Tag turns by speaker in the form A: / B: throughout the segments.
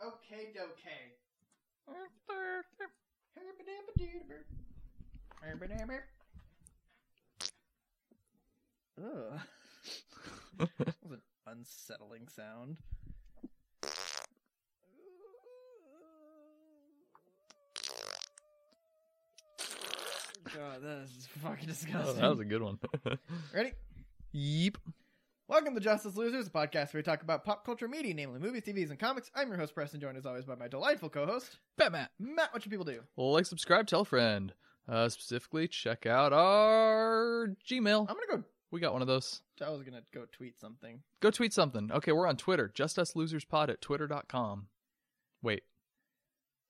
A: okay, okay.
B: Ugh. that was an unsettling sound. God, that is fucking
C: Oh,
B: disgusting.
C: that was a good one.
B: Ready?
C: Yeep.
B: Welcome to Justice Losers, a podcast where we talk about pop culture media, namely movies, TVs, and comics. I'm your host, Preston, joined as always by my delightful co-host,
C: Batman.
B: Matt. What should people do?
C: Like, subscribe, tell a friend. Uh, specifically, check out our Gmail.
B: I'm gonna
C: We got one of those.
B: go. I was gonna go tweet something.
C: Go tweet something. Okay, we're on Twitter. Just Us Losers Pod at twitter.com. Wait.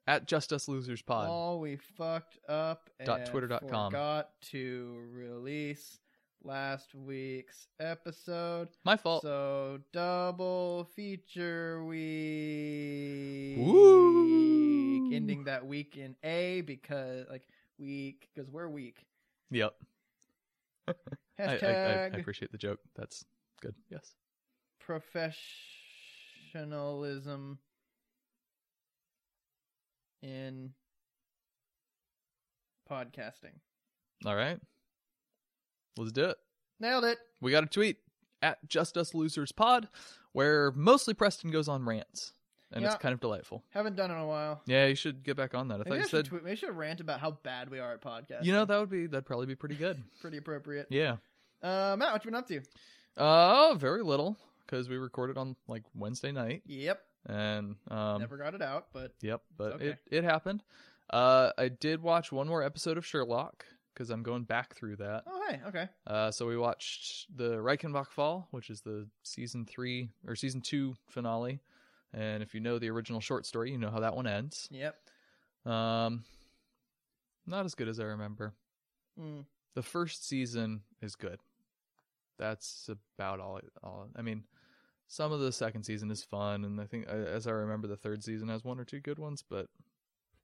C: At Just Us Losers Pod.
B: Oh, we fucked up and
C: Dot twitter dot com.
B: forgot to release last week's episode.
C: My fault.
B: So double feature week.
C: Woo.
B: Ending that week in A because like week because we're weak.
C: yep. I, I,
B: Hashtag
C: I, I appreciate the joke. That's good. Yes.
B: professionalism in podcasting.
C: All right. Let's do it.
B: Nailed it.
C: We got a tweet at Just Us Losers Pod where mostly Preston goes on rants. And
B: Yeah.
C: it's kind of delightful.
B: Haven't done it in a while.
C: Yeah, you should get back on that. I thought
B: Maybe I
C: you
B: should
C: said
B: tweet, maybe I should rant about how bad we are at podcasting.
C: you know that would be that'd probably be pretty good.
B: pretty appropriate.
C: yeah.
B: Uh, Matt, what you been up to?
C: Uh very little because we recorded on like Wednesday night
B: Yep,
C: and um
B: never got it out, but
C: yep, but
B: okay.
C: it it happened. Uh I did watch one more episode of Sherlock cuz I'm going back through that.
B: oh hey, okay,
C: Uh so we watched the Reichenbach Fall, which is the season 3 or season 2 finale. And if you know the original short story, you know how that one ends.
B: yep.
C: Um not as good as I remember.
B: Mm.
C: the first season is good. That's about all. All I mean, some of the second season is fun, and I think, uh, as I remember, the third season has one or two good ones. But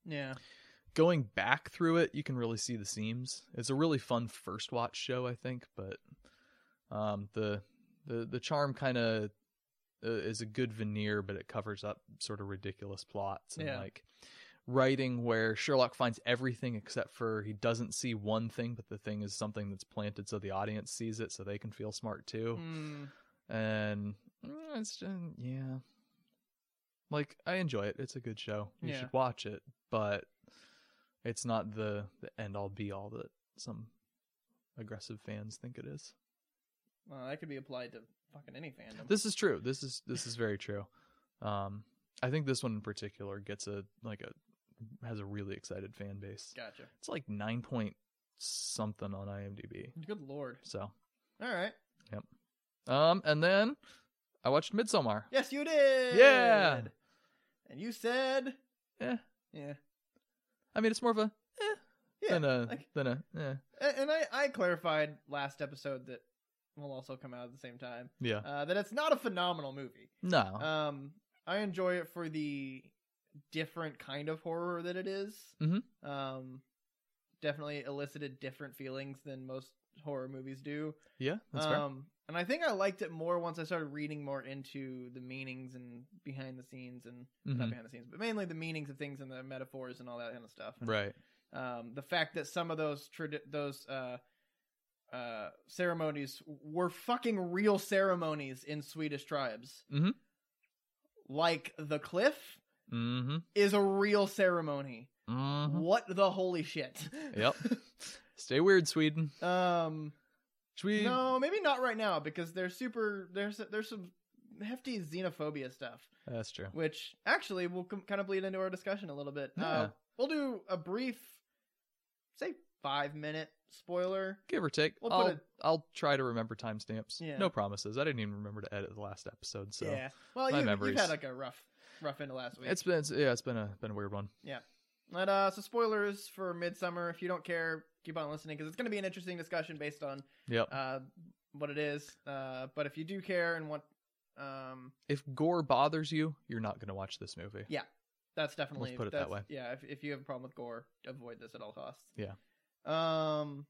B: Yeah,
C: going back through it, you can really see the seams. It's a really fun first watch show, I think. But um, the the the charm kind of uh, is a good veneer, but it covers up sort of ridiculous plots and
B: Yeah.
C: like writing where Sherlock finds everything except for he doesn't see one thing, but the thing is something that's planted so the audience sees it, so they can feel smart too
B: mm.
C: and mm, it's just, yeah like i enjoy it it's a good show you
B: Yeah.
C: should watch it but it's not the the end all be all that some aggressive fans think it is
B: well, that could be applied to fucking any fandom.
C: this is true this is this is very true um i think this one in particular gets a like a has a really excited fan base
B: gotcha.
C: it's like 9 point something on imdb
B: Good lord.
C: so
B: All right.
C: um and then i watched midsommar
B: Yes, you did.
C: Yeah.
B: And you said.
C: Eh.
B: Yeah.
C: i mean it's more of a eh,
B: Yeah.
C: than a
B: like-
C: than a eh.
B: A- And I, I clarified last episode that will also come out at the same time
C: yeah Uh,
B: uh, that it's not a phenomenal movie.
C: No.
B: Um, I enjoy it for the different kind of horror that it is.
C: Mhm.
B: Um, definitely elicited different feelings than most horror movies do.
C: yeah, that's fair.
B: um, and I think I liked it more once I started reading more into the meanings and behind the scenes and not
C: Mhm.
B: behind the scenes, but mainly the meanings of things and the metaphors and all that kind of stuff. And,
C: Right.
B: um, the fact that some of those tradi- those uh, uh, ceremonies were fucking real ceremonies in Swedish tribes,
C: Mhm.
B: like the cliff
C: Mm-hmm.
B: is a real ceremony.
C: Mm-hmm.
B: What the holy shit?
C: Yep. Stay weird, Sweden.
B: um,
C: Should we?
B: no, maybe not right now because they're super. There's there's some hefty xenophobia stuff,
C: That's true.
B: which actually will com- kind of bleed into our discussion a little bit. Uh,
C: Yeah.
B: we'll do a brief, say five minute spoiler
C: Give or take.
B: We'll put
C: I'll
B: a-
C: I'll try to remember timestamps.
B: Yeah.
C: No promises. I didn't even remember to edit the last episode, so
B: yeah. Well,
C: my
B: you, you've
C: memories.
B: had like a rough, rough into last week.
C: it's been it's, yeah, it's been a been a weird one.
B: but uh, so spoilers for Midsummer. If you don't care, keep on listening because it's going to be an interesting discussion based on
C: Yep.
B: uh what it is. Uh, but if you do care and want, um,
C: if gore bothers you, you're not going to watch this movie.
B: Yeah. that's definitely
C: put it that
B: that's-
C: way.
B: Yeah, if if you have a problem with gore, avoid this at all costs.
C: Yeah.
B: Um,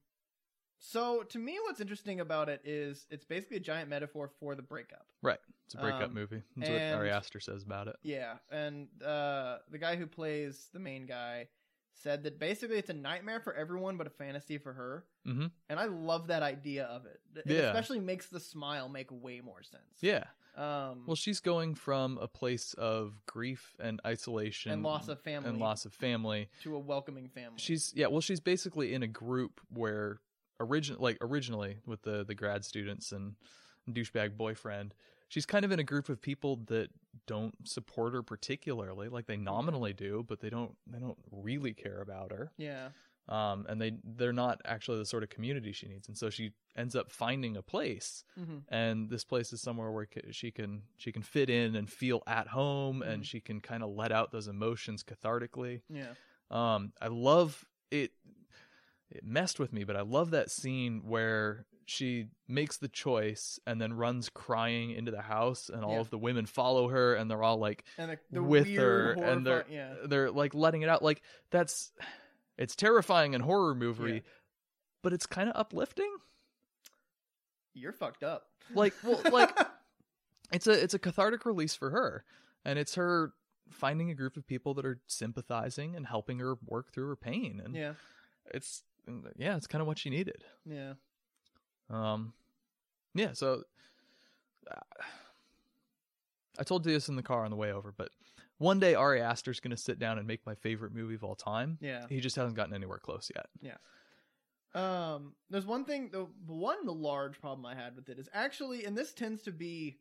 B: So to me, what's interesting about it is it's basically a giant metaphor for the breakup.
C: It's a breakup
B: Um,
C: movie. That's what Ari
B: and-
C: Aster says about it.
B: Yeah, and uh, the guy who plays the main guy said that basically it's a nightmare for everyone, but a fantasy for her.
C: Mhm.
B: And I love that idea of it. It
C: Yeah.
B: especially makes the smile make way more sense.
C: Yeah.
B: Um,
C: Well, she's going from a place of grief and isolation
B: and loss of family
C: and loss of family.
B: to a welcoming family.
C: She's yeah, well, she's basically in a group where origin like originally with the the grad students and douchebag boyfriend. She's kind of in a group of people that don't support her particularly. Like they nominally do, but they don't they don't really care about her.
B: yeah.
C: Um, and they they're not actually the sort of community she needs. And so she ends up finding a place
B: hmm
C: and this place is somewhere where ca- she can she can fit in and feel at home and
B: Mhm.
C: she can kind of let out those emotions cathartically
B: Yeah.
C: um i love it it messed with me but i love that scene where she makes the choice and then runs crying into the house and all
B: Yeah.
C: of the women follow her and they're all like
B: And the, the
C: With
B: weird
C: her, and
B: horrifying- yeah.
C: they're like letting it out like that's it's terrifying and horror movie
B: Yeah.
C: but it's kind of uplifting
B: You're fucked up.
C: like well like it's a it's a cathartic release for her and it's her finding a group of people that are sympathizing and helping her work through her pain and
B: yeah.
C: it's and, yeah it's kind of what she needed
B: Yeah.
C: um yeah so uh, i told you this in the car on the way over but one day ari aster's going to sit down and make my favorite movie of all time
B: Yeah.
C: he just hasn't gotten anywhere close yet
B: Um, there's one thing, the one large problem I had with it is actually, and this tends to be,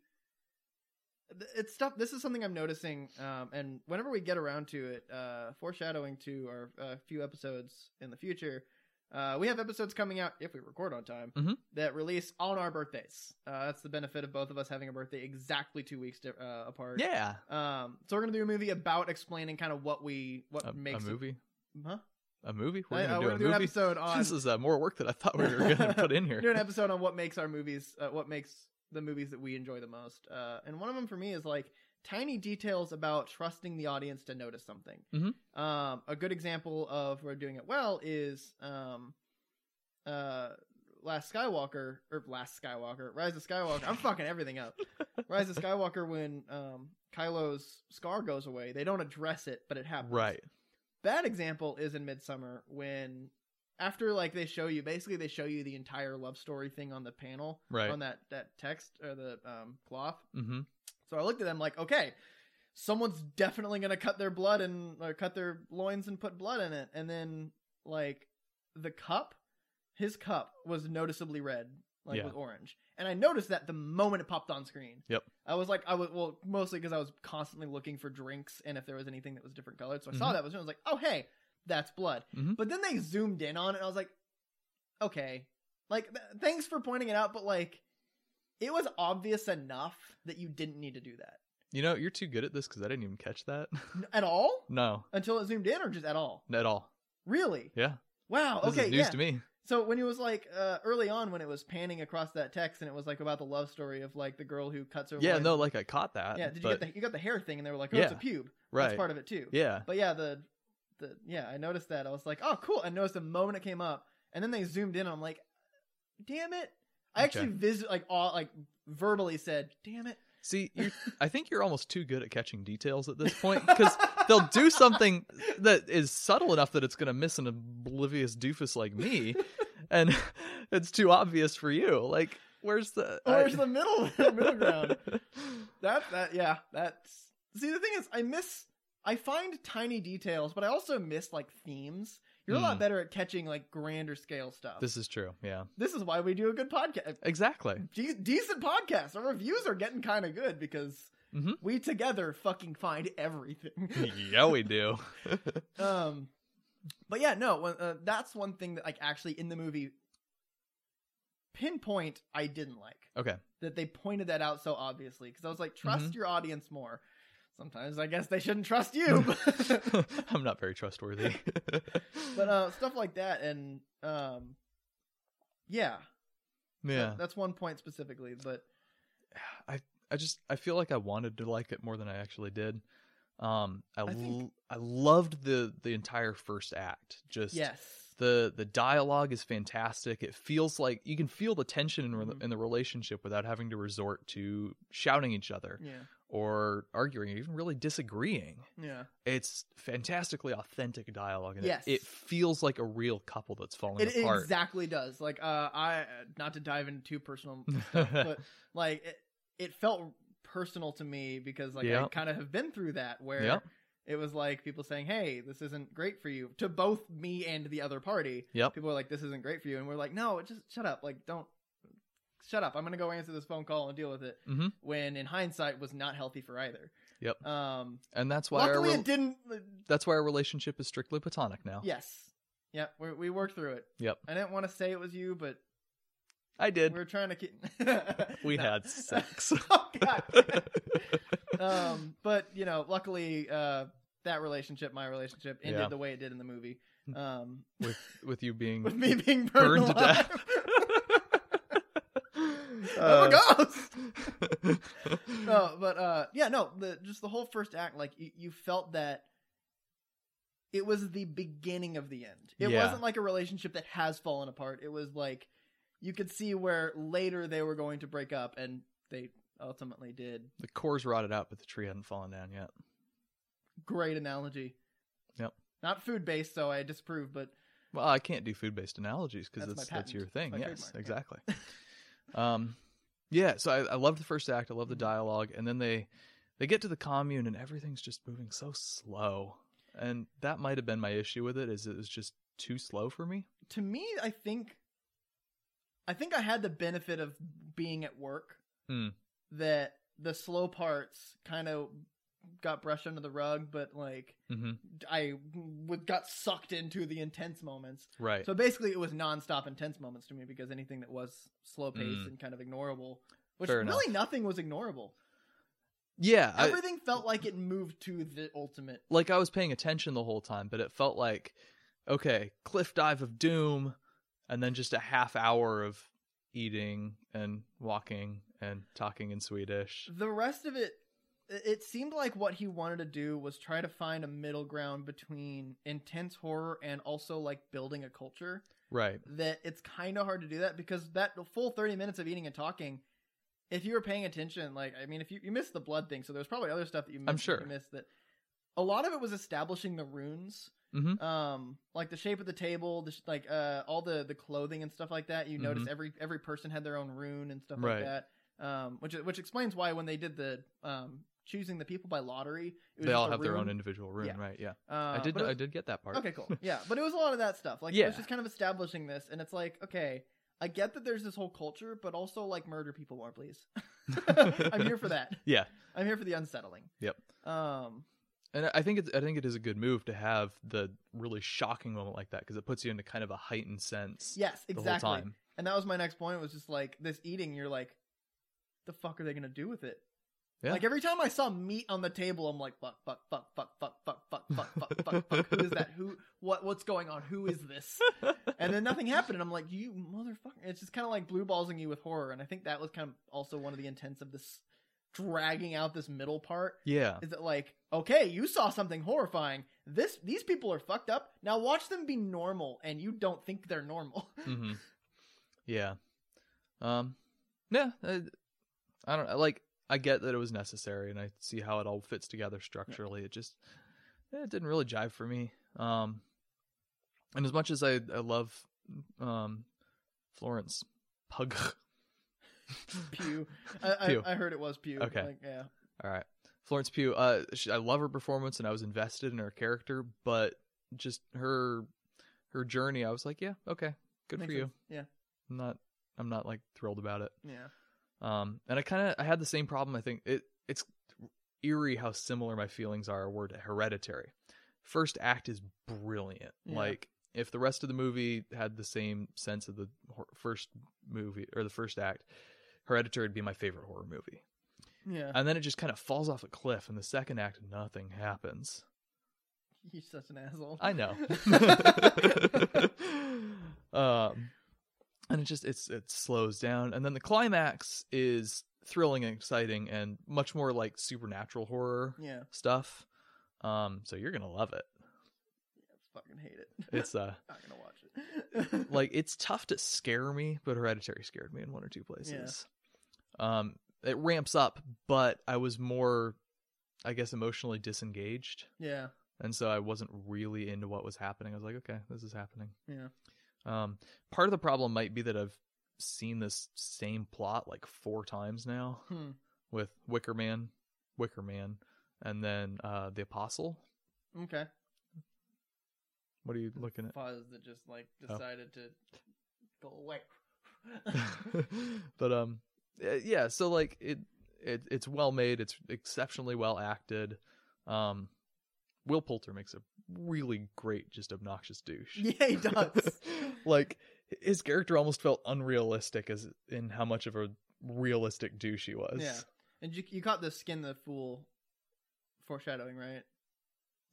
B: it's stuff. This is something I'm noticing, um, and whenever we get around to it, uh, foreshadowing to our uh, few episodes in the future, uh, we have episodes coming out if we record on time
C: Mhm.
B: that release on our birthdays. Uh, that's the benefit of both of us having a birthday exactly two weeks di- uh, apart.
C: yeah
B: Um, so we're gonna do a movie about explaining kind of what we what
C: a, a
B: makes
C: movie
B: huh?
C: a movie we're
B: Uh,
C: going to
B: uh,
C: do
B: we're
C: a
B: gonna do an
C: movie
B: episode on
C: this is uh, more work that i thought we were going to put in here
B: do an episode on what makes our movies, uh, what makes the movies that we enjoy the most. Uh, and one of them for me is like tiny details about trusting the audience to notice something.
C: Mhm.
B: Um, a good example of where doing it well is um, uh, Last Skywalker or Last Skywalker, Rise of Skywalker. I'm fucking everything up. Rise of Skywalker when um, Kylo's scar goes away, they don't address it, but it happens
C: right
B: bad example is in midsummer when after like they show you basically they show you the entire love story thing on the panel
C: right
B: on that that text or the um, cloth
C: mm-hmm
B: so i looked at them like okay someone's definitely gonna cut their blood and or cut their loins and put blood in it and then like the cup his cup was noticeably red like
C: Yeah.
B: was orange and i noticed that the moment it popped on screen
C: Yep.
B: i was like i was well mostly because i was constantly looking for drinks and if there was anything that was different colored so i
C: Mm-hmm.
B: saw that was i was like oh hey that's blood
C: Mhm.
B: but then they zoomed in on it and i was like okay like th- thanks for pointing it out but like it was obvious enough that you didn't need to do that
C: You know, you're too good at this because I didn't even catch that.
B: N- at all
C: no,
B: until it zoomed in or just at all
C: at all.
B: really
C: Yeah.
B: wow
C: This
B: Oh, okay
C: is news
B: yeah
C: to me.
B: so when it was like uh, early on when it was panning across that text and it was like about the love story of like the girl who cuts her
C: Yeah,
B: loins-
C: no, like I caught that.
B: yeah did you
C: but-
B: get the you got the hair thing and they were like oh it's a
C: Yeah,
B: pube
C: right?
B: that's part of it too
C: yeah,
B: but yeah the the yeah i noticed that i was like oh cool i noticed the moment it came up and then they zoomed in and i'm like damn it i
C: Okay.
B: actually vis like all like verbally said damn it
C: see, you I think you're almost too good at catching details at this point because they'll do something that is subtle enough that it's going to miss an oblivious doofus like me, and it's too obvious for you. Like, where's the? I-
B: Where's the middle the middle ground? That that yeah, that's see the thing is I miss I find tiny details, but I also miss like themes. You're a lot
C: Hmm.
B: better at catching like grander scale stuff. This,
C: This is true. Yeah,
B: is why we do a good podcast.
C: exactly.
B: De- decent podcast. Our reviews are getting kind of good because
C: Mhm.
B: we together fucking find everything.
C: yeah, we do.
B: um but yeah no when- uh, that's one thing that like actually in the movie pinpoint i didn't like
C: Okay. Mm-hmm.
B: that they pointed that out so obviously because i was like trust your audience more sometimes i guess they shouldn't trust you but,
C: I'm not very trustworthy.
B: but uh stuff like that and um yeah that-
C: yeah.
B: that's one point specifically but
C: I I just I feel like I wanted to like it more than I actually did. Um, I
B: I think-
C: l- I loved the the entire first act. Just
B: yes
C: the the dialogue is fantastic. It feels like you can feel the tension in, re-
B: Mhm.
C: in the relationship without having to resort to shouting each other
B: Yeah.
C: or arguing or even really disagreeing.
B: Yeah.
C: It's fantastically authentic dialogue, and it-
B: Yes.
C: it, feels like a real couple that's falling
B: It
C: apart.
B: exactly does. Like, uh, I not to dive into too personal, but like it, it felt personal to me because like I
C: Yeah.
B: kind of have been through that where
C: Yeah.
B: it was like people saying, "Hey, this isn't great for you," to both me and the other party.
C: Yep.
B: People are like, "This isn't great for you," and we're like, "No, just shut up. Like, don't." Shut up! I'm gonna go answer this phone call and deal with it.
C: Mhm.
B: When in hindsight was not healthy for either.
C: Yep.
B: Um.
C: and that's why our
B: luckily,
C: rel-
B: it didn't. uh,
C: that's why our relationship is strictly platonic now.
B: Yes. Yep. We, we worked through it.
C: Oh. Yep.
B: I didn't want to say it was you, but
C: I did.
B: we were trying to keep.
C: We
B: No.
C: had sex.
B: oh God. um, but you know, luckily, uh, that relationship, my relationship, ended
C: Yeah.
B: the way it did in the movie. Um,
C: with with you being
B: with me being burned,
C: burned to
B: alive.
C: death.
B: I'm a
C: Uh,
B: ghost. No, but uh, yeah, no, the just the whole first act, like you, you felt that it was the beginning of the end. It
C: Yeah.
B: wasn't like a relationship that has fallen apart. It was like you could see where later they were going to break up, and they ultimately did.
C: the core's rotted out, but the tree hadn't fallen down yet.
B: Great analogy.
C: Yep.
B: Not food based, so I disapprove, but
C: Well, I can't do food based analogies because
B: That's my
C: that's that's your
B: patent.
C: thing.
B: That's my
C: yes,
B: trademark,
C: exactly. um, yeah. So I, I love the first act. I love the
B: Mhm.
C: dialogue, and then they they get to the commune, and everything's just moving so slow. And that might have been my issue with it is it was just too slow for me.
B: to me, I think, I think I had the benefit of being at work.
C: Hmm.
B: That the slow parts kind of got brushed under the rug, but like
C: hmm
B: I w- got sucked into the intense moments.
C: Right.
B: So basically, it was nonstop intense moments to me because anything that was slow paced
C: Mm.
B: and kind of ignorable, which
C: Fair enough.
B: really nothing was ignorable.
C: yeah. I-
B: Everything felt like it moved to the ultimate.
C: like I was paying attention the whole time, but it felt like okay, cliff dive of doom, and then just a half hour of eating and walking and talking in Swedish.
B: The rest of it, it seemed like what he wanted to do was try to find a middle ground between intense horror and also like building a culture.
C: Right.
B: That it's kind of hard to do that because that full 30 minutes of eating and talking, if you were paying attention, like, I mean, if you, you missed the blood thing, so there's probably other stuff that you missed. that
C: sure.
B: You missed that. A lot of it was establishing the runes.
C: Mhm.
B: Um, like the shape of the table, the sh- like uh, all the the clothing and stuff like that. You notice every every person had their own rune and stuff like
C: Mm-hmm. Right.
B: that um, which which explains why when they did the um, choosing the people by lottery, it was
C: They
B: just
C: all
B: a
C: have their own
B: room.
C: individual room,
B: Yeah.
C: right? Yeah.
B: Uh,
C: I did
B: but it
C: I
B: was-
C: did get that part.
B: Okay, cool. Yeah, but it was a lot of that stuff. Like it was
C: Yeah.
B: just kind of establishing this, and it's like, okay, I get that there's this whole culture, but also like murder people more, please. I'm here for that.
C: Yeah.
B: I'm here for the unsettling.
C: Yep.
B: Um.
C: And I- I think it's I think it is a good move to have the really shocking moment like that because it puts you into kind of a heightened sense
B: Yes.
C: the
B: Exactly.
C: whole time.
B: And that was my next point. Was just like this eating. You're like, the fuck are they gonna do with it?
C: Yeah.
B: Like every time I saw meat on the table, I'm like, fuck, fuck, fuck, fuck, fuck, fuck, fuck, fuck, fuck, fuck, fuck. Who is that? Who? What? What's going on? Who is this? And then nothing happened, and I'm like, you motherfucker! It's just kind of like blue ballsing you with horror, and I think that was kind of also one of the intents of this dragging out this middle part.
C: yeah.
B: Is that like, okay, you saw something horrifying. This these people are fucked up. Now watch them be normal, and you don't think they're normal.
C: hmm Yeah. Um. Yeah. I, I don't like. I get that it was necessary, and I see how it all fits together structurally. It just it didn't really jive for me. Um. And as much as I I love um Florence Pug.
B: Pew. I, I,
C: Pew.
B: I heard it was pew.
C: Okay.
B: Like, yeah.
C: All right. Florence Pugh, uh, she, I love her performance and I was invested in her character, but just her her journey, I was like, yeah, okay, good
B: Makes
C: for you.
B: sense. Yeah.
C: I'm not I'm not like thrilled about it.
B: Yeah.
C: Um, and I kind of I had the same problem. I think it it's eerie how similar my feelings are were to Hereditary. First act is brilliant.
B: Yeah.
C: Like if the rest of the movie had the same sense of the hor- first movie or the first act, Hereditary would be my favorite horror movie.
B: Yeah.
C: And then it just kind of falls off a cliff. In the second act, nothing happens.
B: You're such an asshole.
C: I know. um, and it just it's it slows down, and then the climax is thrilling and exciting, and much more like supernatural horror
B: yeah.
C: stuff. Um, so you're gonna love it.
B: fucking hate it.
C: It's uh
B: not gonna watch it.
C: like it's tough to scare me, but Hereditary scared me in one or two places. Um, it ramps up, but I was more, I guess, emotionally disengaged,
B: yeah,
C: and so I wasn't really into what was happening. I was like, okay, this is happening.
B: yeah.
C: Um, part of the problem might be that I've seen this same plot like four times now
B: Hmm.
C: with Wicker Man, Wicker Man, and then uh, the Apostle.
B: Okay.
C: What are you looking at?
B: Fuzz that just like
C: Oh.
B: decided to go away.
C: but um uh, yeah so like it, it it's well made it's exceptionally well acted um will poulter makes a really great just obnoxious douche
B: yeah, he does.
C: like his character almost felt unrealistic as in how much of a realistic douche he was
B: Yeah. and you you caught the skin the fool foreshadowing, right?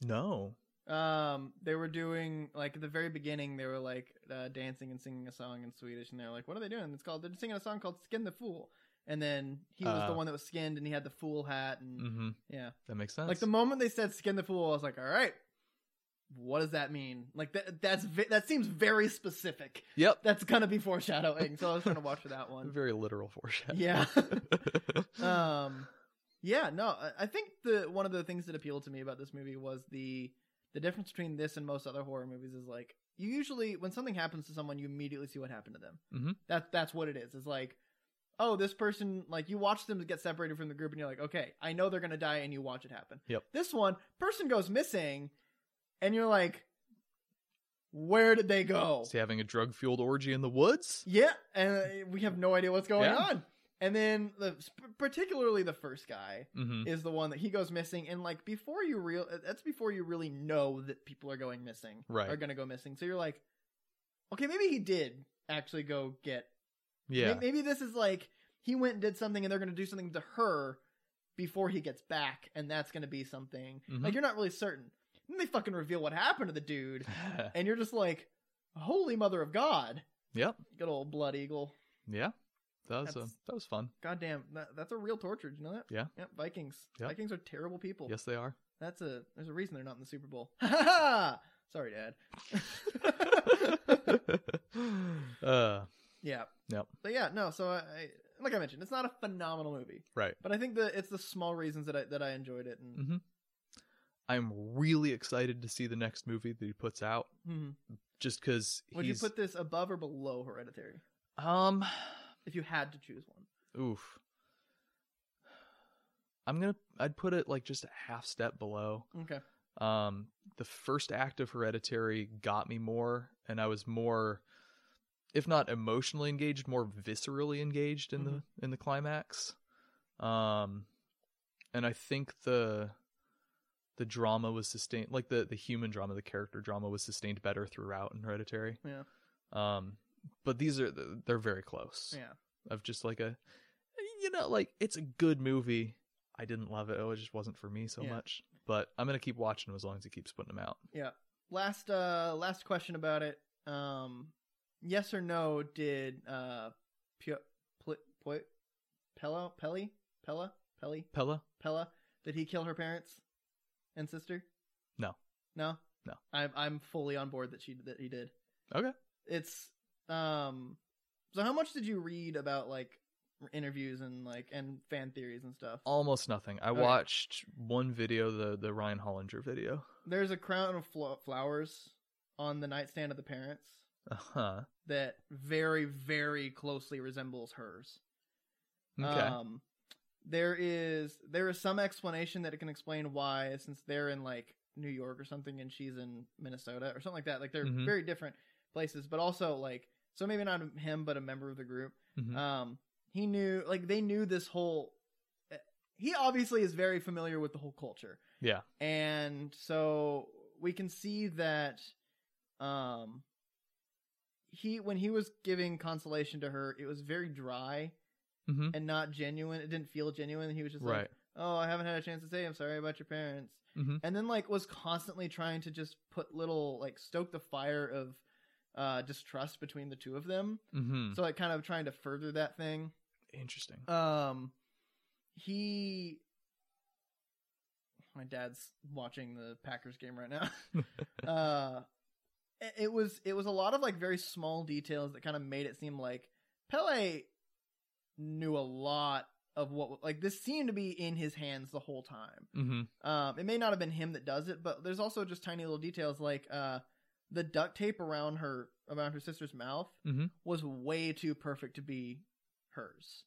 C: no
B: Um, they were doing like at the very beginning, they were like uh, dancing and singing a song in Swedish, and they're like, "What are they doing?" It's called they're singing a song called "Skin the Fool," and then he was the
C: Uh.
B: one that was skinned, and he had the fool hat, and
C: mm-hmm
B: yeah,
C: that makes sense
B: like the moment they said "Skin the Fool," I was like, "All right." What does that mean? Like that that's ve- that seems very specific.
C: yep
B: That's gonna be foreshadowing. So I was trying to watch for that one.
C: very literal foreshadowing
B: Yeah. um yeah no I- i think the one of the things that appealed to me about this movie was the the difference between this and most other horror movies is like you usually when something happens to someone you immediately see what happened to them
C: Mhm.
B: that that's what it is it's like oh this person like you watch them get separated from the group and you're like okay i know they're gonna die and you watch it happen
C: Yep.
B: this one person goes missing and you're like where did they go
C: is he having a drug fueled orgy in the woods
B: yeah, and uh, we have no idea what's going
C: Yeah.
B: on. And then the particularly the first guy
C: mm-hmm
B: is the one that he goes missing, and like before you real uh, that's before you really know that people are going missing,
C: Right.
B: Are going to go missing. So you're like, okay, maybe he did actually go get.
C: yeah
B: may- Maybe this is like he went and did something, and they're going to do something to her before he gets back, and that's going to be something.
C: Mhm.
B: Like you're not really certain. Then they fucking reveal what happened to the dude, and you're just like, holy mother of God,
C: yep
B: good old blood eagle.
C: Yeah, that was uh,
B: That's-
C: that was fun.
B: Goddamn, that, that's a real torture. Did you know that?
C: Yeah.
B: Yep. Vikings.
C: Yep.
B: Vikings are terrible people.
C: Yes, they are.
B: That's a. There's a reason they're not in the Super Bowl. Ha ha! ha! Sorry, Dad.
C: uh,
B: yeah.
C: Yep.
B: But yeah, no. So I, I, like I mentioned, it's not a phenomenal movie,
C: right.
B: but I think that it's the small reasons that I that I enjoyed it. And
C: I'm really excited to see the next movie that he puts out,
B: Mhm.
C: just because
B: would
C: Mm-hmm. he's
B: you put this above or below Hereditary
C: um,
B: if you had to choose one?
C: oof. I'm gonna. I'd put it like just a half step below.
B: Okay.
C: um the first act of hereditary got me more and i was more if not emotionally engaged more viscerally engaged in the in the climax um and i think the the drama was sustained like the the human drama the character drama was sustained better throughout in hereditary
B: Yeah.
C: um but these are they're very close
B: Yeah.
C: of just like a you know like it's a good movie i didn't love it oh it just wasn't for me so
B: Yeah.
C: much but i'm gonna keep watching them as long as he keeps putting them out
B: Last uh last question about it. Um, yes or no? Did uh, Pio, Pl- Pl- Pella Pelly Pella Pelly
C: pella
B: Pella, did he kill her parents and sister?
C: No.
B: No.
C: No.
B: I'm I'm fully on board that she that he did.
C: Okay.
B: It's um. So how much did you read about like interviews and like and fan theories and stuff?
C: almost nothing i
B: Okay.
C: watched one video the the ryan hollinger video
B: There's a crown of flo- flowers on the nightstand of the parents
C: uh-huh
B: that very very closely resembles hers.
C: okay
B: Um, there is there is some explanation that it can explain why, since they're in like New York or something, and she's in Minnesota or something like that. Like they're
C: Mhm.
B: very different places, but also like so maybe not him, but a member of the group.
C: Mhm.
B: Um, he knew like they knew this whole. eh, He obviously is very familiar with the whole culture.
C: Yeah.
B: and so we can see that, um, he when he was giving consolation to her, it was very dry
C: Mhm.
B: and not genuine. It didn't feel genuine. He was just
C: right
B: like, "Oh, I haven't had a chance to say I'm sorry about your parents,"
C: Mhm.
B: and then like was constantly trying to just put little like stoke the fire of uh, distrust between the two of them.
C: mm-hmm.
B: So like kind of trying to further that thing.
C: interesting
B: Um, he. My dad's watching the Packers game right now. uh, it- it was it was a lot of like very small details that kind of made it seem like Pele knew a lot of what like this seemed to be in his hands the whole time.
C: Mm-hmm.
B: Um, it may not have been him that does it, but there's also just tiny little details like uh, the duct tape around her around her sister's mouth
C: Mhm.
B: was way too perfect to be hers,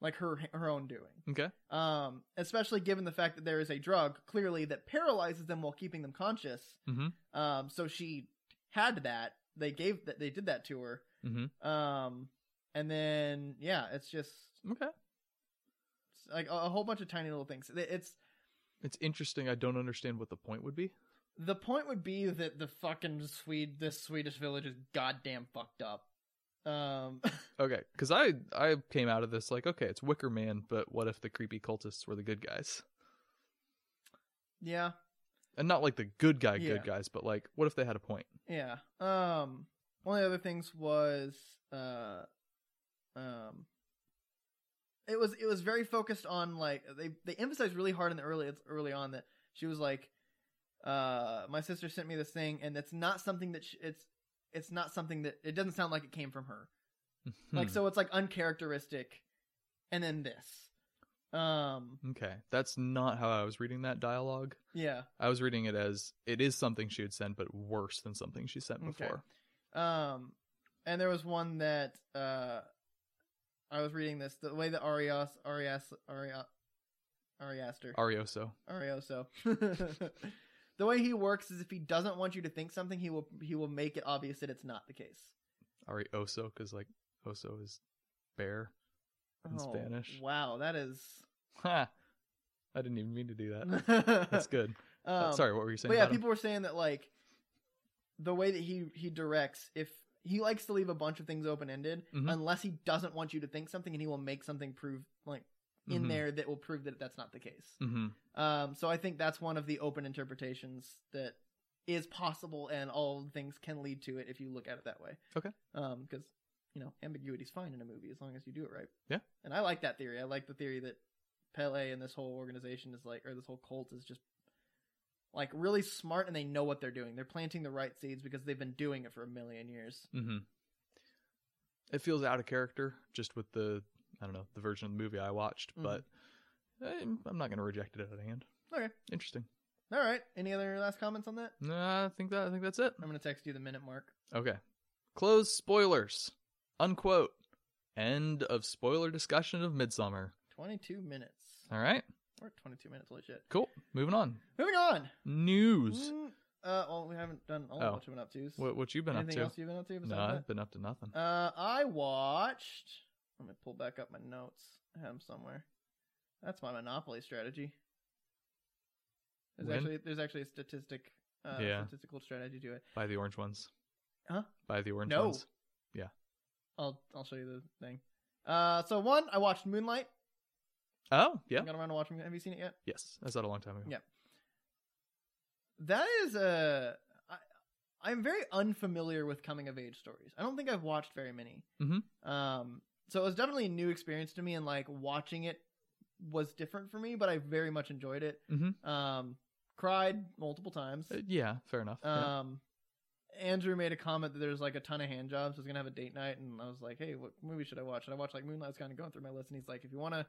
B: like her her own doing.
C: Okay.
B: Um, especially given the fact that there is a drug clearly that paralyzes them while keeping them conscious.
C: Mhm.
B: Um, so she had that. They gave that. They did that to her.
C: Mhm.
B: Um, and then yeah, it's just
C: Okay.
B: like a, a whole bunch of tiny little things. It- It's
C: It's interesting. I don't understand what the point would be.
B: The point would be that the fucking Swede, this Swedish village is goddamn fucked up. Um,
C: Okay, because I I came out of this like, okay, it's Wicker Man, but what if the creepy cultists were the good guys,
B: yeah,
C: and not like the good guy
B: Yeah.
C: good guys, but like, what if they had a point?
B: yeah. Um, one of the other things was, uh, um, it was it was very focused on like they they emphasized really hard in the early early on that she was like, uh, my sister sent me this thing, and it's not something that sh it's it's not something that it doesn't sound like it came from her. Like
C: Hmm.
B: so it's like uncharacteristic and then this. Um
C: Okay, that's not how I was reading that dialogue.
B: yeah.
C: I was reading it as it is something she had sent, but worse than something she sent
B: Okay.
C: before.
B: Um and there was one that uh I was reading this the way that Arias Arias Arias Ariaster
C: Arioso.
B: Arioso the way he works is if he doesn't want you to think something he will he will make it obvious that it's not the case.
C: Arioso, because like oso is bear. In Spanish.
B: Oh, Wow, that is
C: Ha! I didn't even mean to do that. That's good. Uh,
B: Um,
C: Sorry, what were you saying?
B: But yeah,
C: about him?
B: people were saying that like the way that he he directs, if he likes to leave a bunch of things open ended,
C: Mhm.
B: unless he doesn't want you to think something, and he will make something prove like in
C: Mhm.
B: there that will prove that that's not the case.
C: Mhm.
B: Um, so I think that's one of the open interpretations that is possible, and all things can lead to it if you look at it that way.
C: Okay.
B: Um, because you know ambiguity's fine in a movie as long as you do it right.
C: Yeah.
B: And I like that theory. I like the theory that Pele and this whole organization is like, or this whole cult is just like really smart, and they know what they're doing. They're planting the right seeds because they've been doing it for a million years.
C: Mm-hmm. It feels out of character just with the I don't know the version of the movie I watched,
B: Mhm.
C: but I'm I'm not going to reject it out of hand.
B: Okay.
C: Interesting.
B: All right. Any other last comments on that?
C: No, I think that I think that's it.
B: I'm gonna text you the minute mark.
C: Okay. Close spoilers. Unquote. End of spoiler discussion of Midsummer.
B: 22 minutes.
C: All right.
B: Or 22 minutes. Holy shit.
C: Cool. Moving on.
B: Moving on.
C: News.
B: Mm, uh, well, we haven't done all
C: Oh.
B: of what you've been up to.
C: What what you been
B: Anything
C: up
B: else you've been up to?
C: to?
B: Besides
C: No, I've been up to nothing.
B: that? Uh, I watched. Let me pull back up my notes. I had them somewhere. That's my monopoly strategy. There's
C: Win?
B: actually there's actually a statistic, uh,
C: Yeah.
B: statistical strategy to it.
C: Buy the orange ones.
B: Huh?
C: Buy the orange
B: No.
C: ones.
B: I'll I'll show you the thing. Uh, so one, I watched Moonlight.
C: Oh
B: I
C: yeah.
B: got around to watching. it. Have you seen it yet?
C: Yes. I saw it a long time ago.
B: Yeah. That is a. I, I'm very unfamiliar with coming of age stories. I don't think I've watched very many.
C: Mhm.
B: Um, so it was definitely a new experience to me, and like watching it was different for me, but I very much enjoyed it.
C: Mhm.
B: Um, cried multiple times.
C: Uh, yeah. Fair enough. Yeah.
B: Um, Andrew made a comment that there's like a ton of hand jobs. I was gonna have a date night, and I was like, "Hey, what movie should I watch?" And I watched like Moonlight's kind of going through my list, and he's like, "If you want to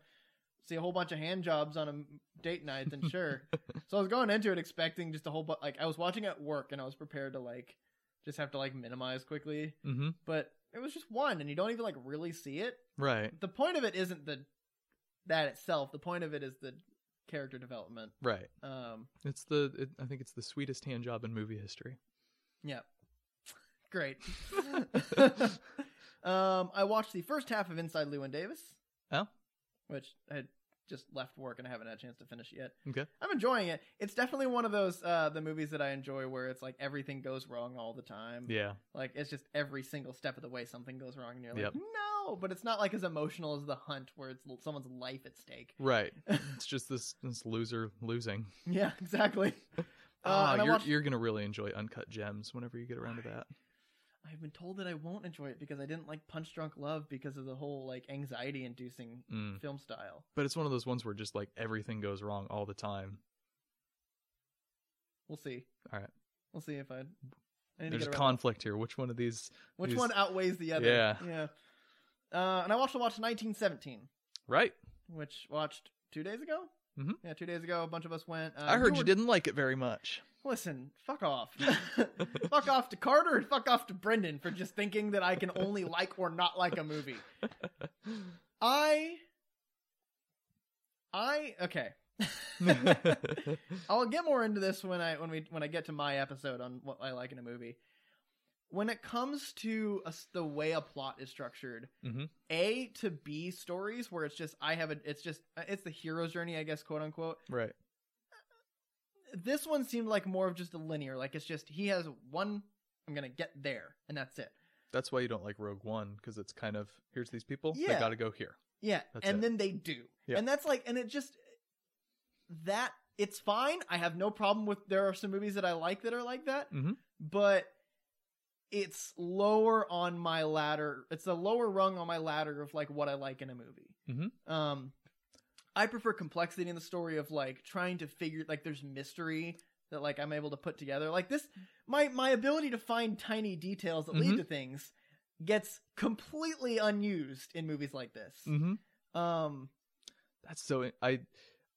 B: see a whole bunch of hand jobs on a m- date night, then sure." so I was going into it expecting just a whole bunch. Like I was watching at work, and I was prepared to like just have to like minimize quickly,
C: Mm-hmm.
B: but it was just one, and you don't even like really see it.
C: Right.
B: The point of it isn't the that itself. The point of it is the character development.
C: Right.
B: Um,
C: It's the it, I think it's the sweetest hand job in movie history.
B: Great. um, I watched the first half of Inside Lewin Davis.
C: Oh.
B: Which I had just left work and I haven't had a chance to finish yet.
C: Okay.
B: I'm enjoying it. It's definitely one of those uh the movies that I enjoy where it's like everything goes wrong all the time.
C: Yeah.
B: Like it's just every single step of the way something goes wrong and you're like,
C: Yep.
B: no, but it's not like as emotional as The Hunt where it's l- someone's life at stake.
C: Right. It's just this this loser losing.
B: yeah, exactly. Uh,
C: Ah,
B: and I
C: you're
B: watched-
C: you're gonna really enjoy Uncut Gems whenever you get around to that.
B: I've been told that I won't enjoy it because I didn't like Punch Drunk Love because of the whole like anxiety inducing
C: Mm.
B: film style.
C: But it's one of those ones where just like everything goes wrong all the time.
B: We'll see.
C: All right.
B: We'll see if I. I need to
C: There's a
B: get around-
C: conflict here. Which one of these?
B: Which
C: these-
B: one outweighs the other?
C: Yeah.
B: Yeah. Uh, and I also watched 1917,
C: Right.
B: which watched two days ago.
C: Mhm.
B: Yeah, two days ago, a bunch of us went. Uh,
C: I heard
B: were-
C: you didn't like it very much.
B: Listen, fuck off. fuck off to Carter and fuck off to Brendan for just thinking that I can only like or not like a movie. I. I. Okay. I'll get more into this when I when we when I get to my episode on what I like in a movie. When it comes to a s the way a plot is structured,
C: Mhm.
B: A to B stories where it's just I have a it's just uh, it's the hero's journey, I guess, quote unquote.
C: right.
B: This one seemed like more of just a linear, like it's just he has one. I'm gonna get there, and that's it.
C: That's why you don't like Rogue One because it's kind of here's these people. They
B: Yeah.
C: got to go here.
B: Yeah,
C: That's
B: and
C: it.
B: then they do,
C: Yeah.
B: and that's like, and it just that it's fine. I have no problem with. There are some movies that I like that are like that,
C: Mhm.
B: but it's lower on my ladder. It's a lower rung on my ladder of like what I like in a movie.
C: Mhm.
B: Um, I prefer complexity in the story of like trying to figure like there's mystery that like I'm able to put together. Like this, my my ability to find tiny details that lead
C: Mhm.
B: to things gets completely unused in movies like this.
C: Mm-hmm.
B: Um,
C: That's so. I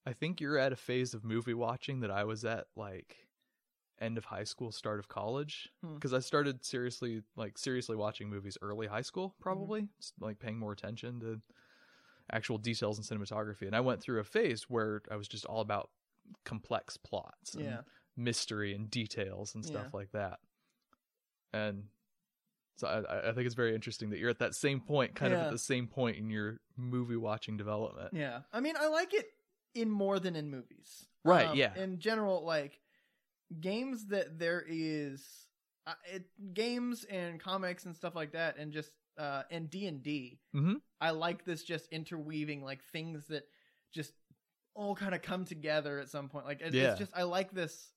C: I think you're at a phase of movie watching that I was at like end of high school, start of college.
B: Hmm.
C: Because I started seriously like seriously watching movies early high school,
B: Mm-hmm.
C: probably s- like paying more attention to actual details in cinematography. And I went through a phase where I was just all about complex plots. and
B: yeah,
C: mystery and details and stuff
B: Yeah.
C: like that. And so I, I- I think it's very interesting that you're at that same point, kind of
B: Yeah.
C: at the same point in your movie watching development.
B: yeah. I mean, I like it in more than in movies.
C: Right,
B: Um,
C: yeah.
B: In general, like games that there is, uh, it, games and comics and stuff like that, and just uh, and D and D.
C: Mhm.
B: I like this just interweaving like things that just all kind of come together at some point. Like it,
C: Yeah.
B: it's just I like this.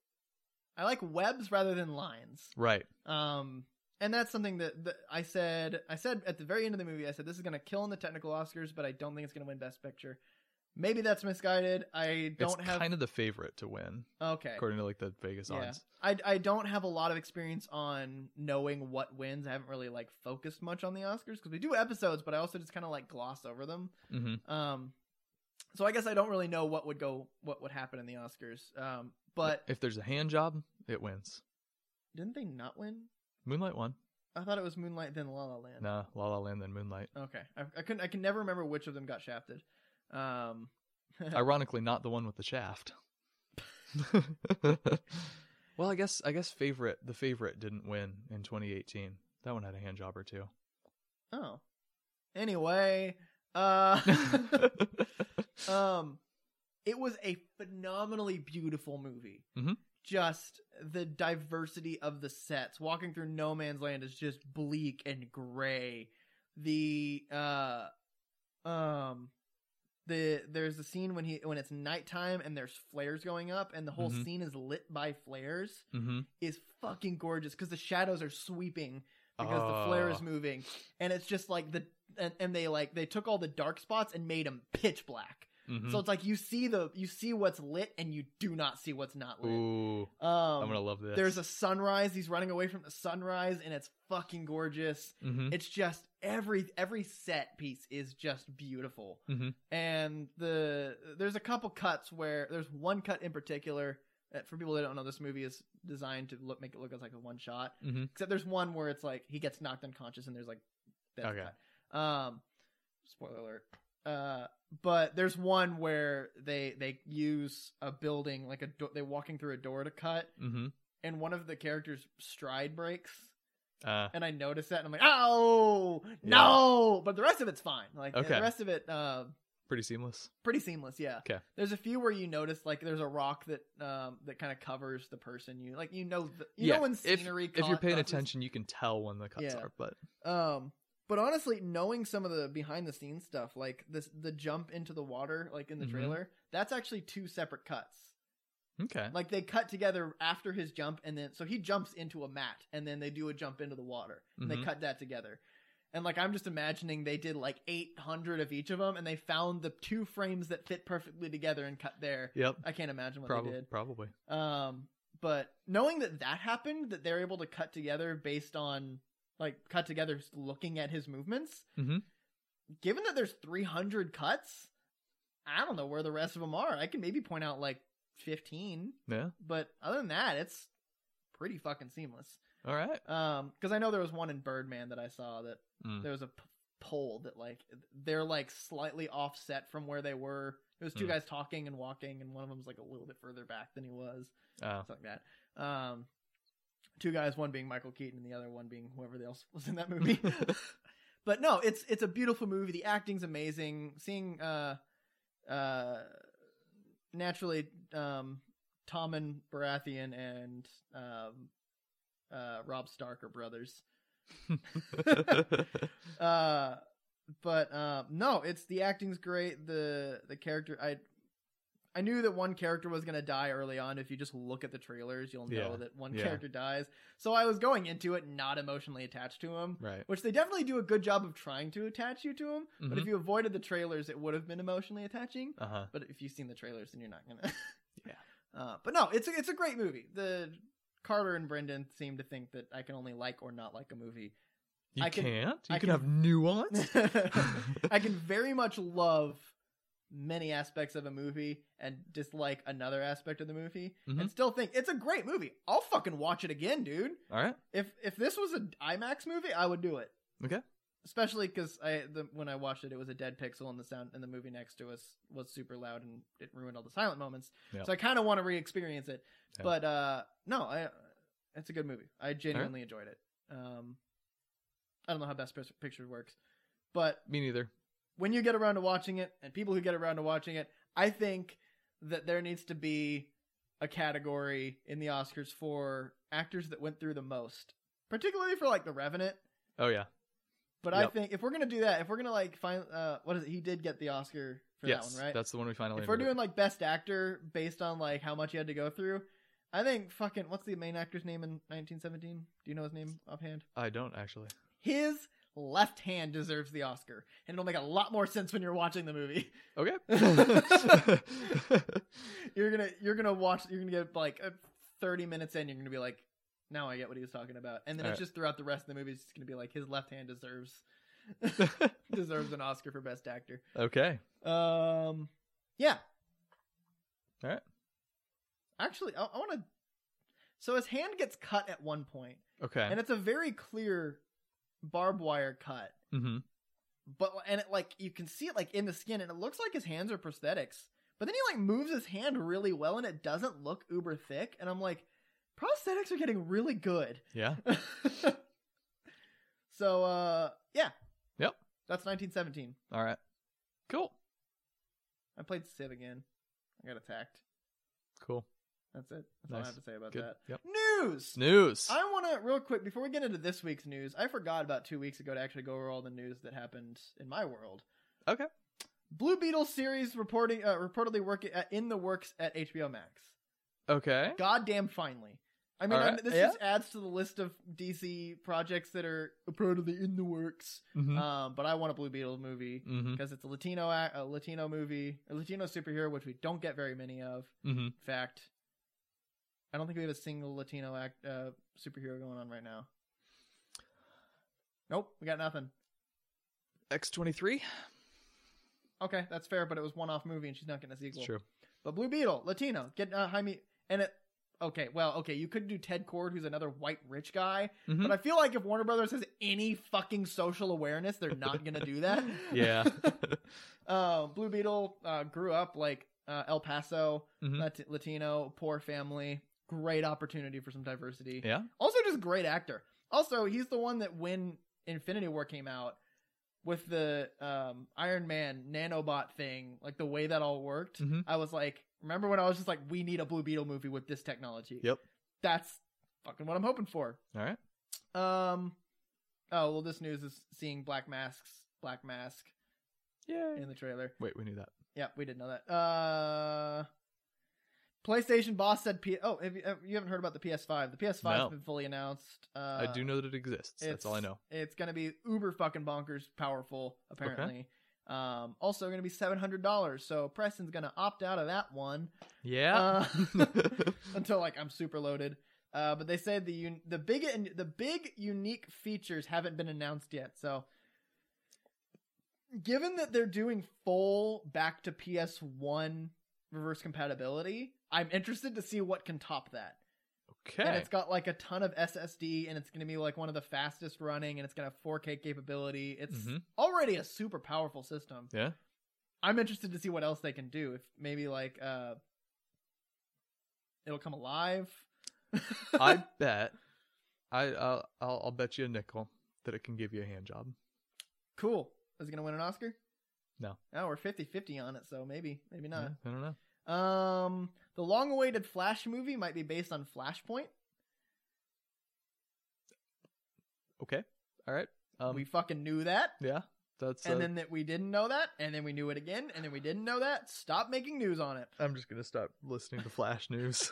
B: I like webs rather than lines.
C: Right.
B: Um, and that's something that, that I said. I said at the very end of the movie, I said this is going to kill in the technical Oscars, but I don't think it's going to win Best Picture. Maybe that's misguided. I don't
C: it's
B: have
C: kind of the favorite to win,
B: okay.
C: according to like the Vegas
B: Yeah.
C: odds.
B: I I don't have a lot of experience on knowing what wins. I haven't really like focused much on the Oscars because we do episodes, but I also just kind of like gloss over them.
C: hmm
B: Um, so I guess I don't really know what would go what would happen in the Oscars. Um, but
C: if there's a hand job, it wins.
B: didn't they not win?
C: Moonlight won.
B: I thought it was Moonlight then La La Land.
C: Nah, La La Land, then Moonlight.
B: Okay, I, I couldn't. I can never remember which of them got shafted. Um,
C: Ironically, not the one with the shaft. well, I guess I guess favorite the favorite didn't win in 2018. That one had a hand job or two.
B: oh, anyway, uh,
C: Mm-hmm,
B: um, it was a phenomenally beautiful movie.
C: Mhm.
B: Just the diversity of the sets. Walking through no man's land is just bleak and gray. The uh, um, the there's a scene when he when it's nighttime and there's flares going up and the whole
C: Mhm.
B: scene is lit by flares.
C: hmm
B: is fucking gorgeous because the shadows are sweeping because the flare
C: Ah.
B: is moving, and it's just like the and, and they like they took all the dark spots and made them pitch black.
C: mm-hmm. Mm.
B: So it's like you see the you see what's lit and you do not see what's not lit.
C: Ooh,
B: um,
C: I'm gonna love this.
B: there's a sunrise. He's running away from the sunrise, and it's fucking gorgeous.
C: Mhm.
B: It's just every every set piece is just beautiful.
C: Mhm.
B: And the there's a couple cuts where there's one cut in particular that for people that don't know this movie is designed to look make it look as like a one shot.
C: Mhm.
B: Except there's one where it's like he gets knocked unconscious and there's like that's
C: Okay.
B: cut. Um spoiler alert. Uh but there's one where they they use a building like a do- they walking through a door to cut
C: Mhm.
B: and one of the characters stride breaks
C: Uh,
B: and I noticed that, and I'm like, oh no! But the rest of it's fine. Like
C: Okay.
B: the rest of it, uh,
C: pretty seamless.
B: pretty seamless. Yeah.
C: 'Kay.
B: There's a few where you notice like there's a rock that um that kind of covers the person. You like you know the, you
C: yeah.
B: know when
C: if,
B: scenery
C: if you're
B: co-
C: paying
B: causes-
C: attention, you can tell when the cuts
B: Yeah.
C: are. But
B: Um, but honestly, knowing some of the behind the scenes stuff, like this the jump into the water, like in the
C: Mhm.
B: trailer, that's actually two separate cuts.
C: okay,
B: Like they cut together after his jump, and then so he jumps into a mat, and then they do a jump into the water, and
C: Mhm.
B: they cut that together. And like I'm just imagining they did like 800 of each of them, and they found the two frames that fit perfectly together and cut there.
C: yep,
B: I can't imagine what
C: probably
B: they
C: probably.
B: did. Um, but knowing that that happened, that they're able to cut together based on like cut together just looking at his movements.
C: Mhm.
B: Given that there's 300 cuts, I don't know where the rest of them are. I can maybe point out like 15,
C: Yeah.
B: but other than that, it's pretty fucking seamless.
C: All right.
B: Um, because I know there was one in Birdman that I saw that
C: Mm.
B: there was a p- pole that like they're like slightly offset from where they were. It was two
C: Mm.
B: guys talking and walking, and one of them was like a little bit further back than he was,
C: Oh,
B: something like that. Um, two guys, one being Michael Keaton and the other one being whoever else was in that movie. but no, it's it's a beautiful movie. The acting's amazing. Seeing uh, uh, naturally, um, Tommen Baratheon and um, uh, Rob Stark are brothers. Uh, but uh, no, it's the acting's great. The the character I I knew that one character was gonna die early on. If you just look at the trailers, you'll know
C: Yeah.
B: that one
C: Yeah.
B: character dies. So I was going into it not emotionally attached to him,
C: right. Mm-hmm.
B: which they definitely do a good job of trying to attach you to him. But if you avoided the trailers, it would have been emotionally attaching.
C: Uh huh.
B: But if you've seen the trailers, then you're not gonna.
C: Yeah.
B: Uh, but no, it's a, it's a great movie. The Carter and Brendan seem to think that I can only like or not like a movie.
C: You
B: I can-
C: can't. You
B: I
C: can,
B: can-
C: have nuance.
B: I can very much love many aspects of a movie and dislike another aspect of the movie
C: Mhm.
B: and still think it's a great movie. I'll fucking watch it again, dude.
C: All right.
B: If if this was an IMAX movie, I would do it.
C: Okay.
B: Especially because I the, when I watched it, it was a dead pixel, and the sound in the movie next to us was super loud, and it ruined all the silent moments.
C: Yeah.
B: So I kind of want to re-experience it.
C: Yeah.
B: But uh, no, I it's a good movie. I genuinely enjoyed it. Um, I don't know how best Pis- picture works, but
C: Me neither.
B: when you get around to watching it and people who get around to watching it, I think that there needs to be a category in the Oscars for actors that went through the most, particularly for like The Revenant.
C: Oh yeah.
B: But I
C: Yep.
B: think if we're gonna do that, if we're gonna like find uh, what is it? He did get the Oscar for
C: yes.
B: that one, right?
C: That's the one we finally.
B: if we're
C: ended
B: doing like Best Actor based on like how much he had to go through, I think fucking what's the main actor's name in 1917? Do you know his name offhand?
C: up- I don't actually.
B: His left hand deserves the Oscar, and it'll make a lot more sense when you're watching the movie.
C: Okay.
B: you're gonna you're gonna watch you're gonna get like uh, 30 minutes in you're gonna be like now i get what he was talking about and then it's
C: Alright.
B: just throughout the rest of the movie it's just gonna be like his left hand deserves deserves an oscar for best actor
C: okay.
B: um yeah
C: Alright.
B: actually i, I want to so his hand gets cut at one point
C: Okay.
B: and it's a very clear barbed wire cut
C: mm-hmm.
B: but and it like you can see it like in the skin and it looks like his hands are prosthetics but then he like moves his hand really well and it doesn't look uber thick and i'm like prosthetics are getting really good
C: Yeah.
B: so uh yeah
C: Yep.
B: that's 1917
C: All right. Cool.
B: i played sid again i got attacked
C: Cool.
B: that's it that's all i
C: Nice.
B: have to say about
C: Good.
B: that
C: Yep.
B: news
C: News.
B: I want to real quick before we get into this week's news. I forgot about two weeks ago to actually go over all the news that happened in my world.
C: Okay.
B: Blue Beetle series reporting uh, reportedly working at, in the works at HBO Max.
C: okay.
B: Goddamn, finally. I mean,
C: All
B: I-
C: right,
B: this
C: yeah.
B: just adds to the list of DC projects that are reportedly in the works.
C: Mm-hmm.
B: Um, but I want a Blue Beetle movie
C: mm-hmm.
B: because it's a Latino ac- a Latino movie, a Latino superhero, which we don't get very many of.
C: Mm-hmm.
B: In fact, I don't think we have a single Latino act uh, superhero going on right now. Nope, we got nothing.
C: X twenty three.
B: Okay, that's fair, but it was one-off movie, and she's not getting a
C: It's
B: sequel.
C: true.
B: But Blue Beetle, Latino, get uh, Jaime, and it. Okay, well, okay, you could do Ted Cord, who's another white rich guy,
C: Mhm.
B: but I feel like if Warner Brothers has any fucking social awareness, they're not gonna do that.
C: Yeah.
B: uh, Blue Beetle uh, grew up like uh, El Paso,
C: Mhm.
B: Lat- Latino, poor family. Great opportunity for some diversity.
C: yeah.
B: Also, just great actor. Also, he's the one that when Infinity War came out with the um, Iron Man nanobot thing, like the way that all worked,
C: Mhm.
B: I was like, remember when I was just like, we need a Blue Beetle movie with this technology?
C: Yep.
B: That's fucking what I'm hoping for.
C: All right.
B: Um, oh well, this news is seeing Black Mask's Black Mask
C: Yay.
B: in the trailer.
C: Wait, we knew that.
B: Yeah, we didn't know that. Uh, PlayStation boss said, P- "Oh, have you, uh, you haven't heard about the PS5? The PS5 has
C: No.
B: been fully announced. Uh,
C: I do know that it exists. That's all I
B: it's-
C: know.
B: It's gonna be uber fucking bonkers powerful, apparently. Um, also going to be seven hundred dollars. So Preston's going to opt out of that one
C: Yeah.
B: Uh, until like I'm super loaded. Uh, but they said the un- the big and the big unique features haven't been announced yet. So, given that they're doing full back to PS One reverse compatibility, I'm interested to see what can top that. And
C: okay.
B: it's got like a ton of SSD, and it's going to be like one of the fastest running, and it's going to have 4K capability. It's
C: Mhm.
B: already a super powerful system.
C: Yeah.
B: I'm interested to see what else they can do. If maybe like uh, it'll come alive.
C: I bet. I I'll, I'll I'll bet you a nickel that it can give you a hand job.
B: Cool. Is it going to win an Oscar?
C: No.
B: No, we're 50-50 on it, so maybe, maybe not.
C: Yeah, I don't know.
B: Um, the long-awaited Flash movie might be based on Flashpoint.
C: Okay. All right. Um.
B: we fucking knew that,
C: yeah. That's.
B: and
C: uh,
B: then that we didn't know that, and then we knew it again, and then we didn't know that. Stop making news on it.
C: I'm just gonna stop listening to Flash News.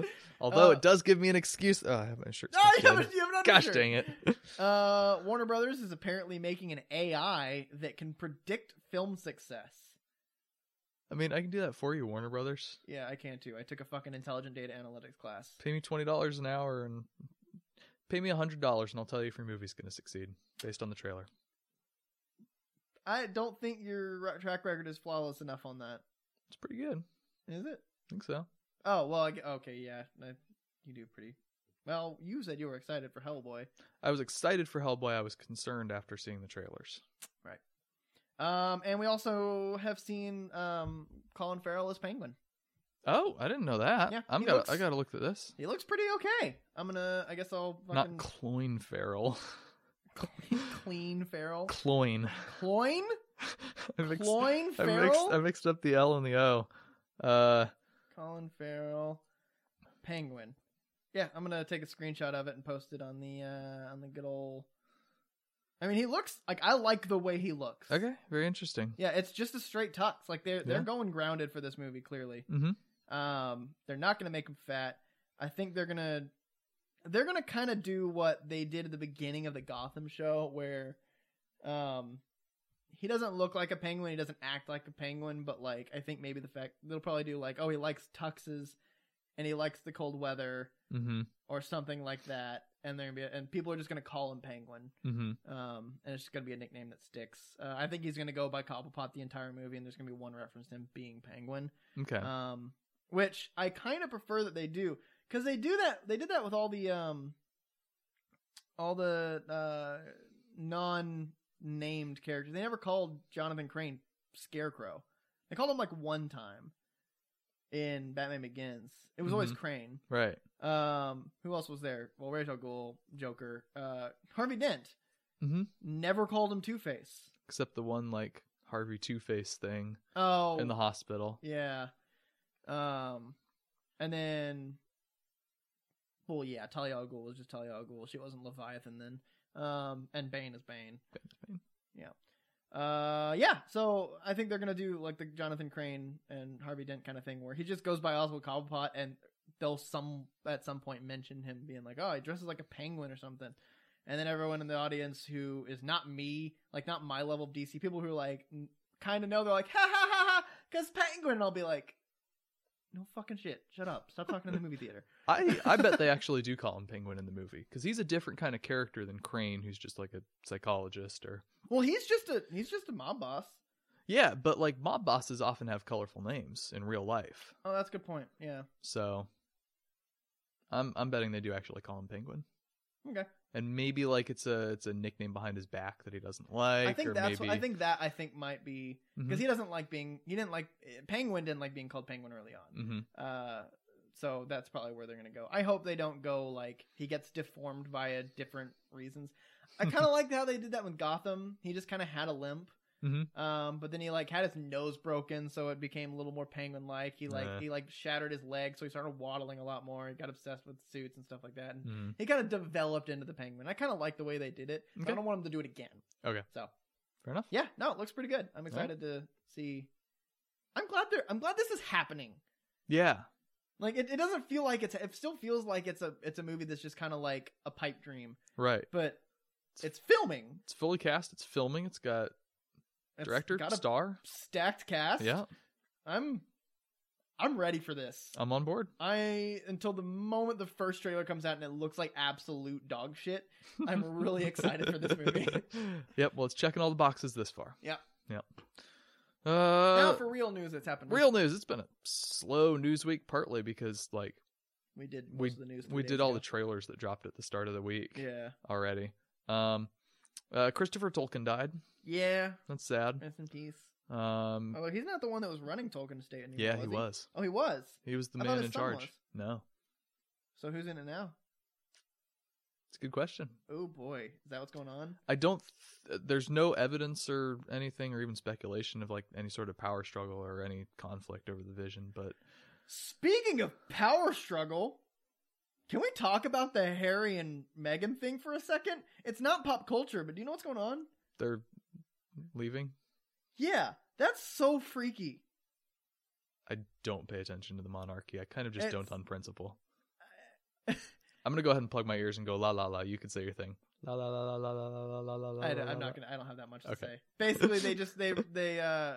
C: Although
B: Uh,
C: it does give me an excuse. Oh, I have my shirt.
B: No, you
C: tucked in.
B: haven't, you haven't done
C: Gosh
B: research.
C: dang it!
B: Uh, Warner Brothers is apparently making an AI that can predict film success.
C: I mean, I can do that for you, Warner Brothers.
B: Yeah, I can too. I took a fucking intelligent data analytics class.
C: Pay me twenty dollars an hour and pay me hundred dollars, and I'll tell you if your movie's gonna succeed based on the trailer.
B: I don't think your ra- track record is flawless enough on that.
C: It's pretty good. I
B: Is it?
C: think so.
B: Oh well, I g okay, yeah, I- you do pretty well. You said you were excited for Hellboy.
C: I was excited for Hellboy. I was concerned after seeing the trailers.
B: Um, and we also have seen um Colin Farrell as Penguin.
C: Oh, I didn't know that.
B: Yeah,
C: I'm
B: he
C: gotta,
B: looks-
C: I gotta look at this.
B: He looks pretty okay. I'm gonna. I guess I'll
C: Not
B: fucking
C: Cloyne Farrell.
B: clean Farrell.
C: Cloyne.
B: Cloyne,
C: I mixed,
B: Cloyne
C: I mixed,
B: Farrell,
C: I mixed up the L and the O. Uh,
B: Colin Farrell, Penguin. Yeah, I'm gonna take a screenshot of it and post it on the uh on the good old. I mean, he looks like I like the way he looks.
C: okay, very interesting.
B: Yeah, it's just a straight tux. Like they're they're
C: Yeah.
B: going grounded for this movie. Clearly,
C: Mhm.
B: um, they're not going to make him fat. I think they're gonna they're gonna kind of do what they did at the beginning of the Gotham show, where um, he doesn't look like a penguin, he doesn't act like a penguin, but like I think maybe the fact they'll probably do like oh he likes tuxes and he likes the cold weather
C: Mm-hmm.
B: or something like that, and they're gonna be and people are just gonna call him Penguin.
C: Mm-hmm.
B: Um, and it's just gonna be a nickname that sticks. Uh, I think he's gonna go by Cobblepot the entire movie, and there's gonna be one reference to him being Penguin.
C: Okay.
B: Um, which I kind of prefer that they do because they do that. They did that with all the um, all the uh, non-named characters. They never called Jonathan Crane Scarecrow. They called him like one time in Batman Begins. It was always
C: Mhm.
B: Crane.
C: right.
B: Um, who else was there? Well, Rachel Ghoul, Joker, uh, Harvey Dent.
C: Mhm.
B: Never called him Two Face.
C: Except the one like Harvey Two Face thing
B: Oh,
C: in the hospital.
B: yeah. Um, and then, well, yeah, Talia al Ghul was just Talia al Ghul. She wasn't Leviathan then. Um, and Bane is Bane. Uh, yeah. So I think they're gonna do like the Jonathan Crane and Harvey Dent kind of thing, where he just goes by Oswald Cobblepot, and they'll some at some point mention him being like, "Oh, he dresses like a penguin or something," and then everyone in the audience who is not me, like not my level of DC, people who are like kind of know, they're like, "Ha ha ha ha," because penguin. And I'll be like, "No fucking shit. Shut up. Stop talking in the movie theater."
C: I I bet they actually do call him Penguin in the movie because he's a different kind of character than Crane, who's just like a psychologist or
B: Well, he's just a he's just a mob boss.
C: yeah. But like mob bosses often have colorful names in real life,
B: Oh, that's a good point. Yeah.
C: so I'm I'm betting they do actually call him Penguin.
B: Okay.
C: And maybe like it's a it's a nickname behind his back that he doesn't like.
B: I think
C: or
B: that's
C: maybe Mm-hmm.
B: what, I think that I think might be because he doesn't like being he didn't like penguin didn't like being called penguin early on
C: hmm
B: uh so that's probably where they're gonna go i hope they don't go like he gets deformed via different reasons i kind of liked how they did that with gotham he just kind of had a limp
C: Mhm.
B: um but then he like had his nose broken so it became a little more penguin like he like
C: Yeah.
B: he like shattered his leg so he started waddling a lot more he got obsessed with suits and stuff like that
C: Mm.
B: and
C: Mm-hmm.
B: he kind of developed into the penguin i kind of like the way they did it but i
C: Okay.
B: don't want him to do it again
C: Okay.
B: so
C: Fair enough.
B: yeah, no, it looks pretty good. I'm excited to see. I'm glad they're. I'm glad this is happening.
C: Yeah.
B: Like it, it doesn't feel like it's. It still feels like it's a. It's a movie that's just kind of like a pipe dream,
C: Right.
B: but it's filming.
C: It's fully cast. It's filming. It's got
B: It's
C: Director,
B: got a
C: star.
B: stacked cast.
C: Yeah,
B: I'm I'm ready for this.
C: I'm on board.
B: I until the moment the first trailer comes out and it looks like absolute dog shit. I'm really excited for this movie.
C: yep. Well, it's checking all the boxes this far.
B: Yeah.
C: Yep.
B: now
C: Uh,
B: for real news that's happened.
C: real news. It's been a slow news week, partly because like
B: We did most
C: we
B: of the news. three
C: we
B: days
C: did all
B: ago.
C: the trailers that dropped at the start of the week
B: yeah.
C: already. Um, uh, Christopher Tolkien died.
B: Yeah.
C: That's sad.
B: Rest in peace.
C: Um,
B: Although he's not the one that was running Tolkien State anymore.
C: yeah, he
B: he
C: was.
B: Oh, he Oh, was.
C: He was the
B: I thought
C: man
B: his
C: in
B: son
C: charge.
B: was.
C: No,
B: So who's in it now?
C: it's a good question.
B: Oh boy, is that what's going on?
C: I don't. Th- there's no evidence or anything, or even speculation of like any sort of power struggle or any conflict over the vision. But
B: Speaking of power struggle, can we talk about the Harry and Meghan thing for a second? It's not pop culture, but do you know what's going on?
C: they're leaving.
B: Yeah, that's so freaky.
C: I don't pay attention to the monarchy. I kind of just don't
B: It's-
C: on principle. I'm gonna go ahead and plug my ears and go la la la. You could say your thing. La la la la la la la la la la.
B: I,
C: la,
B: am
C: la,
B: not gonna. I don't have that much to
C: Okay.
B: say. Basically, they just they they uh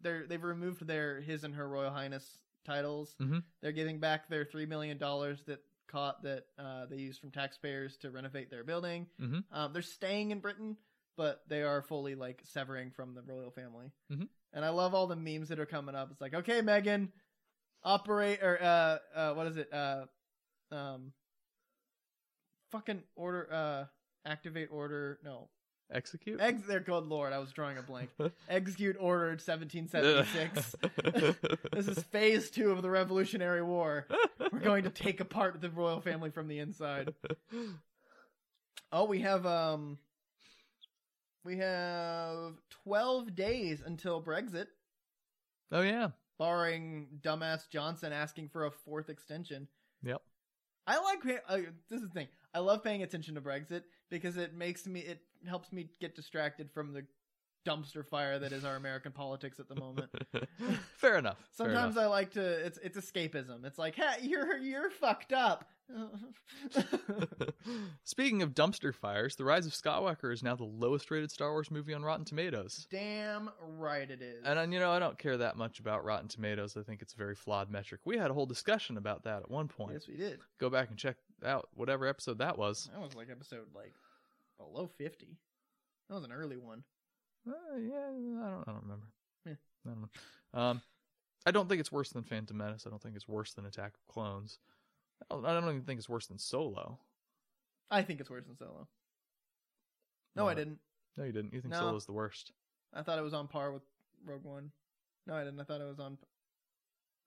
B: they they've removed their his and her royal highness titles.
C: Mhm.
B: They're giving back their three million dollars that caught that uh, they used from taxpayers to renovate their building.
C: Mhm.
B: Um, they're staying in Britain, but they are fully like severing from the royal family.
C: Mhm.
B: And I love all the memes that are coming up. It's like, okay, Megan, operate or uh uh what is it uh um fucking order uh activate order no
C: la. Execute.
B: Ex- there, good lord, I was drawing a blank. Execute ordered 1776. this is phase two of the Revolutionary War. We're going to take apart the royal family from the inside. Oh, we have um, we have 12 days until Brexit,
C: oh yeah.
B: barring dumbass Johnson asking for a fourth extension.
C: Yep.
B: I like uh, this is the thing. I love paying attention to Brexit because it makes me it helps me get distracted from the dumpster fire that is our American politics at the moment.
C: Fair enough. Fair
B: Sometimes
C: enough.
B: I like to it's it's escapism. It's like, "Hey, you're you're fucked up."
C: Speaking of dumpster fires, The Rise of Skywalker is now the lowest rated Star Wars movie on Rotten Tomatoes.
B: Damn right it is.
C: And uh, you know, I don't care that much about Rotten Tomatoes. I think it's a very flawed metric. We had a whole discussion about that at one point.
B: yes, we did.
C: Go back and check out whatever episode that was.
B: That was like episode like below 50. That was an early one.
C: Uh, yeah, I don't, I don't remember.
B: Yeah.
C: I don't know. Um, I don't think it's worse than Phantom Menace. I don't think it's worse than Attack of Clones. I don't, I don't even think it's worse than Solo.
B: I think it's worse than Solo. No, I
C: What?
B: didn't.
C: No, you didn't. You think
B: No.
C: Solo's the worst?
B: I thought it was on par with Rogue One. No, I didn't. I thought it was on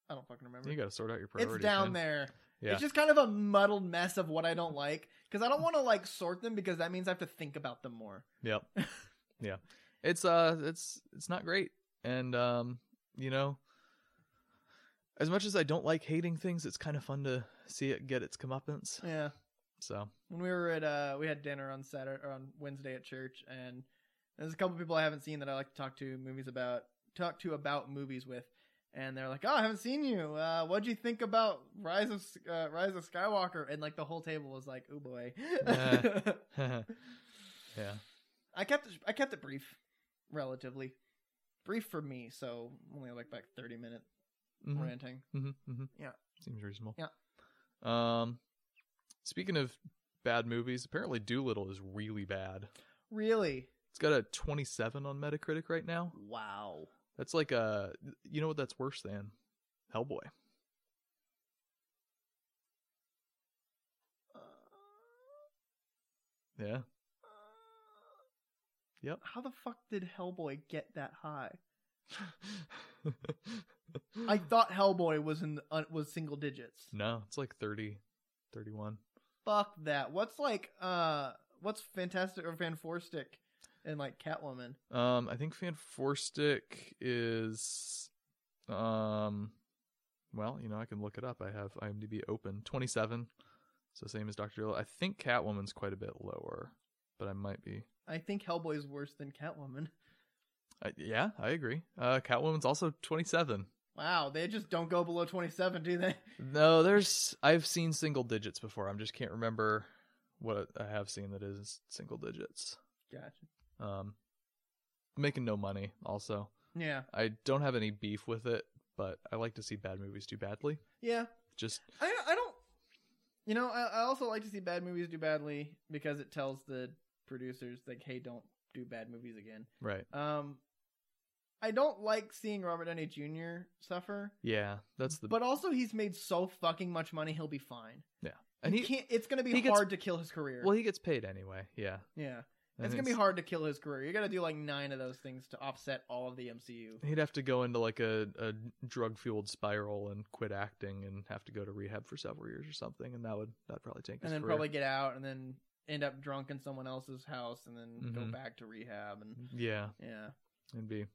B: I don't fucking remember.
C: You got to sort out your priorities.
B: It's down
C: man.
B: there.
C: Yeah.
B: It's just kind of a muddled mess of what I don't like because I don't want to like sort them because that means I have to think about them more.
C: Yep. yeah. It's uh it's it's not great. And um, you know, as much as I don't like hating things, it's kind of fun to see it get its comeuppance.
B: Yeah.
C: So,
B: When we were at uh we had dinner on Saturday or on Wednesday at church and there's a couple people I haven't seen that I like to talk to movies about talk to about movies with and they're like, "Oh, I haven't seen you. Uh what'd you think about Rise of S- uh, Rise of Skywalker?" And like the whole table was like, "Oh boy."
C: Yeah. yeah.
B: I kept it, I kept it brief, relatively brief for me. So only like back thirty minute
C: Mhm,
B: ranting.
C: mhm, mhm.
B: Yeah.
C: Seems reasonable.
B: Yeah.
C: Um speaking of bad movies, apparently Doolittle is really bad.
B: Really?
C: It's got a 27 on Metacritic right now.
B: Wow.
C: That's like a you know what that's worse than? Hellboy.
B: Uh,
C: Yeah. Yep.
B: How the fuck did Hellboy get that high? I thought Hellboy was in the, uh, was single digits.
C: No, it's like 30, 31.
B: Fuck that. What's like uh what's fantastic or Van Forstick and like Catwoman?
C: Um, I think Fan Stick is, um, well, you know, I can look it up. I have IMDb open, 27. So same as Dr. Jill. I think Catwoman's quite a bit lower, but I might be.
B: I think Hellboy's worse than Catwoman.
C: I, yeah, I agree. Uh, Catwoman's also 27.
B: Wow, they just don't go below twenty seven, do they?
C: No, there's, I've seen single digits before. I am just can't remember what I have seen that is single digits.
B: Gotcha.
C: Um, making no money. Also,
B: Yeah.
C: I don't have any beef with it, but I like to see bad movies do badly.
B: Yeah.
C: Just
B: I I don't. You know, I, I also like to see bad movies do badly because it tells the producers like, hey, don't do bad movies again.
C: right.
B: Um, I don't like seeing Robert Downey Jr. suffer,
C: Yeah, that's the
B: but also he's made so fucking much money, he'll be fine.
C: and
B: he,
C: he
B: can't. It's gonna be
C: he gets-
B: hard to kill his career.
C: well he gets paid anyway. Yeah,
B: yeah,
C: And
B: it's gonna be hard to kill his career. You gotta do like nine of those things to offset all of the MCU.
C: He'd have to go into like a, a drug fueled spiral and quit acting and have to go to rehab for several years or something, and that would that probably take. His
B: and then
C: career.
B: probably get out and then end up drunk in someone else's house and then go
C: Mhm.
B: back to rehab and
C: yeah,
B: yeah
C: it'd be.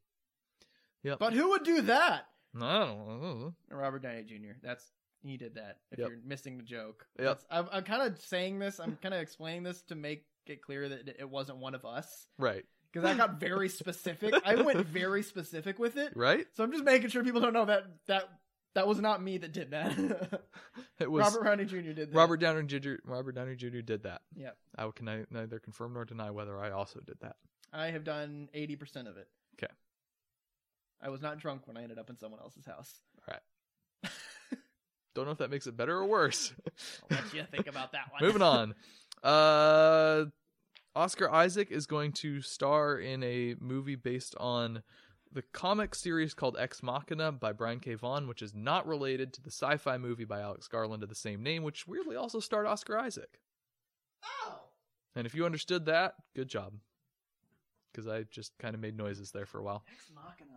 C: Yep.
B: but who would do that
C: I don't know.
B: robert downey jr that's he did that if
C: Yep.
B: you're missing the joke
C: Yep.
B: That's- i'm, I'm kind of saying this i'm kind of explaining this to make it clear that it wasn't one of us
C: Right.
B: because i got very specific i went very specific with it
C: Right.
B: so i'm just making sure people don't know that that that was not me that did that
C: It was
B: robert downey jr did that
C: Robert Downey Jr. Robert Downey Jr. did that.
B: Yep.
C: I can ni- neither confirm nor deny whether I also did that.
B: I have done 80% of it.
C: 'Kay.
B: I was not drunk when I ended up in someone else's house.
C: Don't know if that makes it better or worse.
B: I'll let you think about that one.
C: Moving on. Uh, Oscar Isaac is going to star in a movie based on the comic series called Ex Machina by Brian K. Vaughan, which is not related to the sci fi movie by Alex Garland of the same name, which weirdly also starred Oscar Isaac.
B: Oh!
C: And if you understood that, good job. Because I just kind of made noises there for a while.
B: Ex Machina.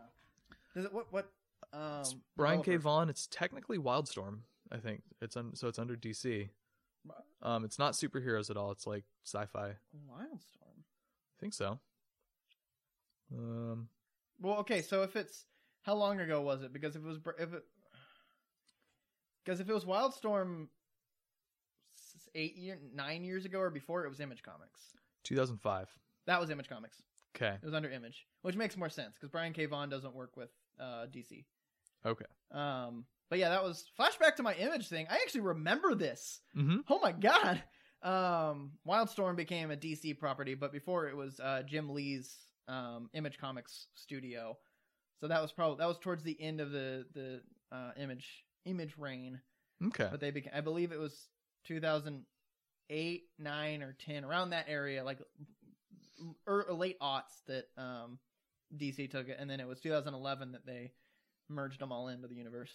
B: Does it, what, what, um.
C: It's Brian K.
B: developer?
C: Vaughan. It's technically Wildstorm, I think. It's un- so it's under DC. Um, it's not superheroes at all. It's like sci-fi. I
B: Wildstorm.
C: think so. Um,
B: Well, okay, so if it's, how long ago was it? Because if it was, Br- if it, because if it was Wildstorm s- eight year, nine years ago or before, it was Image Comics.
C: 2005.
B: That was Image Comics.
C: Okay,
B: It was under Image, which makes more sense because Brian K. Vaughan doesn't work with uh, DC.
C: Okay.
B: Um, but yeah, that was flashback to my Image thing. I actually remember this.
C: mm-hmm.
B: Oh my god. Um, Wildstorm became a DC property, but before it was uh, Jim Lee's um, Image Comics studio. So that was probably that was towards the end of the the uh, Image Image reign.
C: okay,
B: But they became, I believe it was 2008, 9, or 10, around that area, like or, or late aughts that um, DC took it. And then it was 2011 that they merged them all into the universe.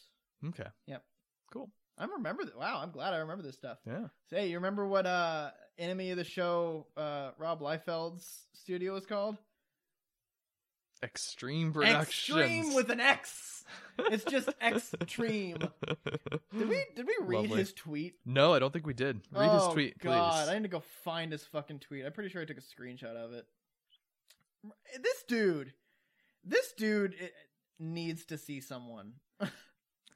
C: okay,
B: Yep.
C: cool.
B: I remember that. Wow, I'm glad I remember this stuff.
C: Yeah,
B: So, hey, you remember what uh, enemy of the show uh, Rob Liefeld's studio was called?
C: Extreme Productions.
B: Extreme with an X. It's just extreme. Did we did we read
C: Lovely.
B: his tweet? Oh,
C: No, I don't think we did. Read his tweet,
B: God, I
C: please.
B: need to go find his fucking tweet. I'm pretty sure I took a screenshot of it. This dude, this dude eh, needs to see someone.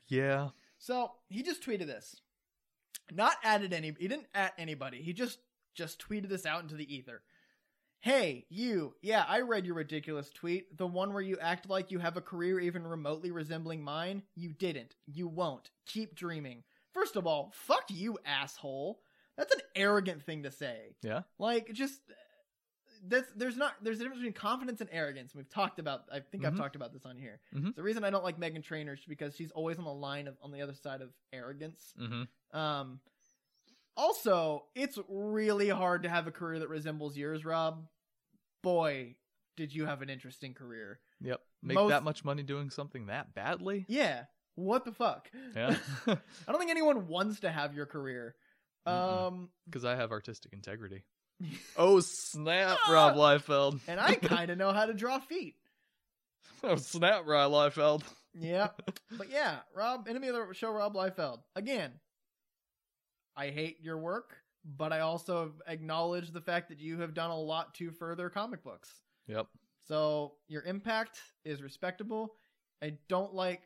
C: Yeah.
B: So he just tweeted this. Not added any. He didn't at anybody. He just just tweeted this out into the ether. Hey, you. Yeah, I read your ridiculous tweet. The one where you act like you have a career even remotely resembling mine. You didn't. You won't. Keep dreaming. First of all, fuck you, asshole. That's an arrogant thing to say.
C: Yeah.
B: Like just that's there's not there's a difference between confidence and arrogance. We've talked about I think I've
C: Mhm.
B: talked about this on here.
C: Mhm.
B: The reason I don't like Megan Trainor is because she's always on the line of on the other side of arrogance.
C: Mm-hmm.
B: Um also, it's really hard to have a career that resembles yours, Rob. Boy, did you have an interesting career.
C: Yep. Make
B: Most-
C: that much money doing something that badly.
B: Yeah. What the fuck?
C: Yeah.
B: I don't think anyone wants to have your career.
C: Mm-mm.
B: Um
C: Because I have artistic integrity. oh snap, Rob
B: Ah!
C: Liefeld.
B: and I kind of know how to draw feet.
C: oh snap, Rob Liefeld.
B: Yeah. But yeah, Rob, enemy of the show, Rob Liefeld. Again, I hate your work, but I also acknowledge the fact that you have done a lot to further comic books.
C: Yep.
B: So your impact is respectable. I don't like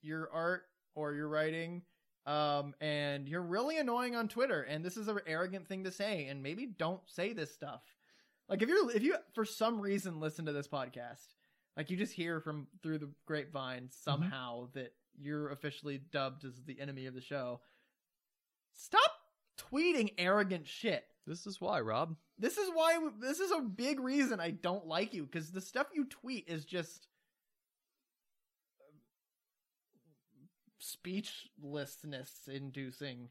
B: your art or your writing. Um, and you're really annoying on Twitter. And this is an arrogant thing to say. And maybe don't say this stuff. Like if you're if you for some reason listen to this podcast, like you just hear from through the grapevine somehow that you're officially dubbed as the enemy of the show. Stop tweeting arrogant shit.
C: This is why, Rob.
B: This is why this is a big reason I don't like you because the stuff you tweet is just speechlessness inducing.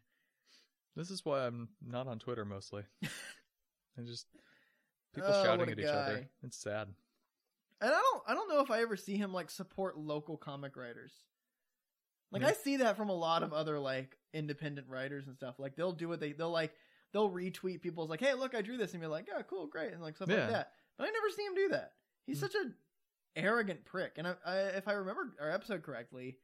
C: This is why I'm not on Twitter mostly. I just people
B: Oh, what
C: shouting
B: a
C: at each other.
B: guy.
C: It's sad.
B: And I don't I don't know if I ever see him like support local comic writers. Like
C: Yeah.
B: I see that from a lot of other like independent writers and stuff. Like they'll do what they they'll like they'll retweet people's like, "Hey, look, I drew this." And be like, "Yeah, cool, great." And like stuff
C: Yeah.
B: like that. But I never see him do that. He's
C: Hmm.
B: such an arrogant prick. And I, I if I remember our episode correctly,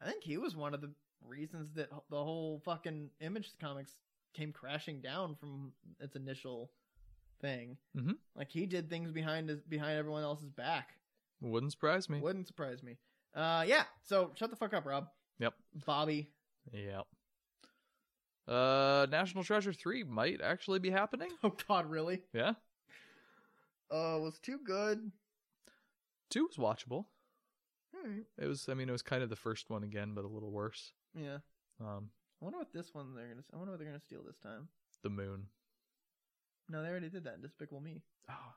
B: I think he was one of the reasons that the whole fucking Image Comics came crashing down from its initial thing.
C: Mhm.
B: Like he did things behind his, behind everyone else's back.
C: Wouldn't surprise me.
B: Wouldn't surprise me. Uh, yeah. So shut the fuck up, Rob.
C: Yep.
B: Bobby.
C: Yep. Uh, National Treasure three might actually be happening.
B: Oh God, really?
C: Yeah,
B: Uh, was too good.
C: two was watchable.
B: All right.
C: It was. I mean, it was kind of the first one again, but a little worse.
B: Yeah.
C: Um,
B: I wonder what this one they're gonna. I wonder what they're gonna steal this time.
C: the moon.
B: No, they already did that in Despicable Me.
C: Oh.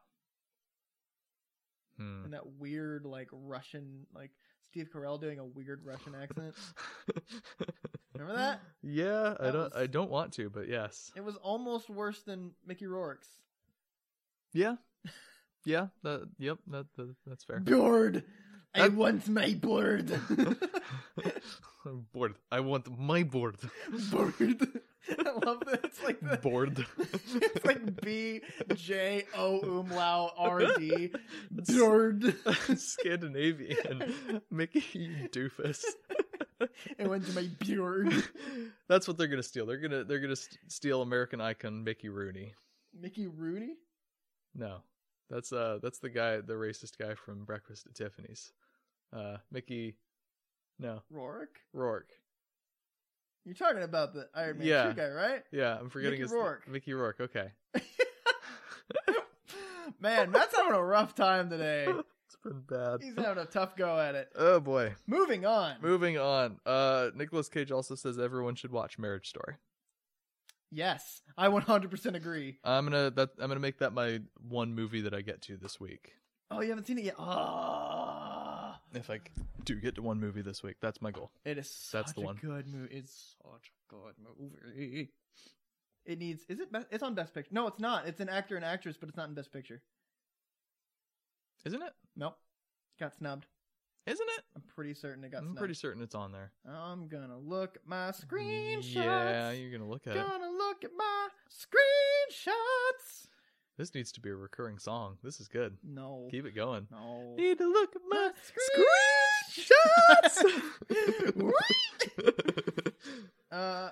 C: Hmm.
B: And that weird like Russian like Steve Carell doing a weird Russian accent. Remember that?
C: Yeah, I
B: That
C: don't.
B: was-
C: I don't want to, but yes.
B: It was almost worse than Mickey Rourke's.
C: Yeah. Yeah. That. Yep. That. that that's fair.
B: Bird.
C: That-
B: want my bird.
C: I'm bored. I want my board.
B: bird. I love that. It's like the,
C: board.
B: it's like B J O umlau R D.
C: It's
B: Bjord.
C: Scandinavian. Mickey, you doofus.
B: It went to my Bjord.
C: That's what they're gonna steal. They're gonna they're gonna st- steal American icon Mickey Rooney.
B: Mickey Rooney?
C: No, that's uh that's the guy, the racist guy from Breakfast at Tiffany's. Uh, Mickey. No,
B: Rourke?
C: Rourke.
B: You're talking about the Iron Man
C: Yeah.
B: 2 guy, right?
C: Yeah, I'm forgetting
B: Mickey
C: his
B: Rourke.
C: Mickey Rourke. Okay,
B: Man, Matt's having a rough time today.
C: it's been bad.
B: He's having a tough go at it.
C: Oh boy.
B: Moving on.
C: Moving on. Uh, Nicholas Cage also says everyone should watch Marriage Story.
B: Yes, I 100% agree.
C: I'm gonna that I'm gonna make that my one movie that I get to this week.
B: Oh, you haven't seen it yet? Ah,
C: If I c- do get to one movie this week, that's my goal.
B: it is such
C: That's the
B: a
C: one.
B: good movie. It's such a good movie. It needs. Is it? Best, it's on Best Picture. No, it's not. It's an actor and actress, but it's not in Best Picture.
C: Isn't it?
B: Nope. Got snubbed.
C: Isn't it?
B: I'm pretty certain it got
C: I'm
B: snubbed.
C: pretty certain it's on there.
B: I'm gonna look at my screenshots.
C: Yeah, you're gonna look at it.
B: gonna look at my screenshots.
C: This needs to be a recurring song. This is good.
B: No.
C: Keep it going.
B: no.
C: Need to look at my
B: screenshots.
C: screenshots.
B: uh.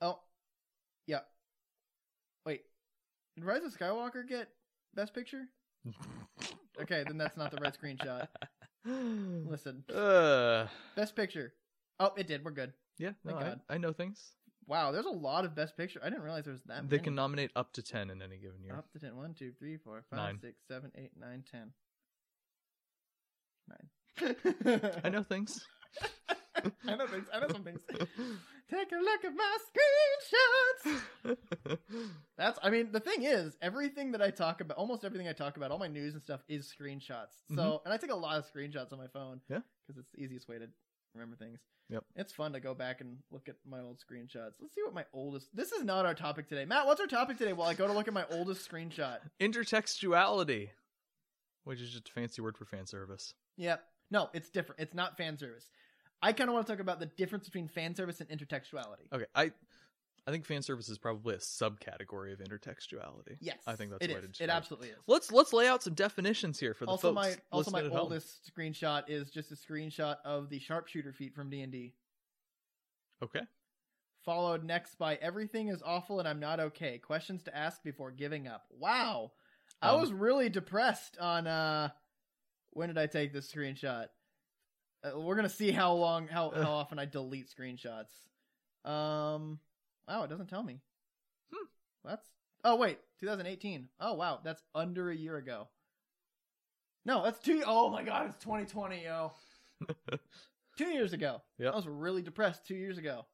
B: Oh. Yeah. Wait. Did Rise of Skywalker get Best Picture? Okay, then that's not the right screenshot. Listen,
C: uh,
B: Best Picture. Oh, it did. We're good.
C: yeah, no,
B: Thank
C: I,
B: God.
C: I know things.
B: Wow, there's a lot of Best Picture. I didn't realize there was that.
C: They
B: many.
C: can nominate up to ten in any given year.
B: Up to ten. One, two, three, four, five,
C: Nine.
B: six, seven, eight, nine, ten. Nine.
C: I know things.
B: I know things. I know some things. Take a look at my screenshots. That's. I mean, the thing is, everything that I talk about, almost everything I talk about, all my news and stuff is screenshots. So, and I take a lot of screenshots on my phone.
C: Mm-hmm. Yeah.
B: Because it's the easiest way to remember things.
C: Yep.
B: It's fun to go back and look at my old screenshots. Let's see what my oldest. This is not our topic today, Matt. What's our topic today? While I go to look at my oldest screenshot.
C: Intertextuality, which is just a fancy word for fan service.
B: Yep. No, it's different. It's not fan service. I kind of want to talk about the difference between fan service and intertextuality.
C: Okay, I, I think fan service is probably a subcategory of intertextuality.
B: Yes,
C: I think that's
B: it
C: the way to
B: is.
C: describe
B: It
C: it.
B: absolutely is.
C: Let's let's lay out some definitions here for the
B: also
C: folks.
B: my also my
C: listening at home.
B: oldest screenshot is just a screenshot of the sharpshooter feat from D&D
C: Okay,
B: followed next by everything is awful and I'm not okay questions to ask before giving up wow I
C: Um,
B: was really depressed on uh when did I take this screenshot uh, we're going to see how long how, how often I delete screenshots um wow it doesn't tell me
C: Hmm.
B: that's oh wait 2018 oh wow that's under a year ago no, that's two oh my god, it's 2020, yo. two years ago.
C: Yep.
B: I was really depressed two years ago.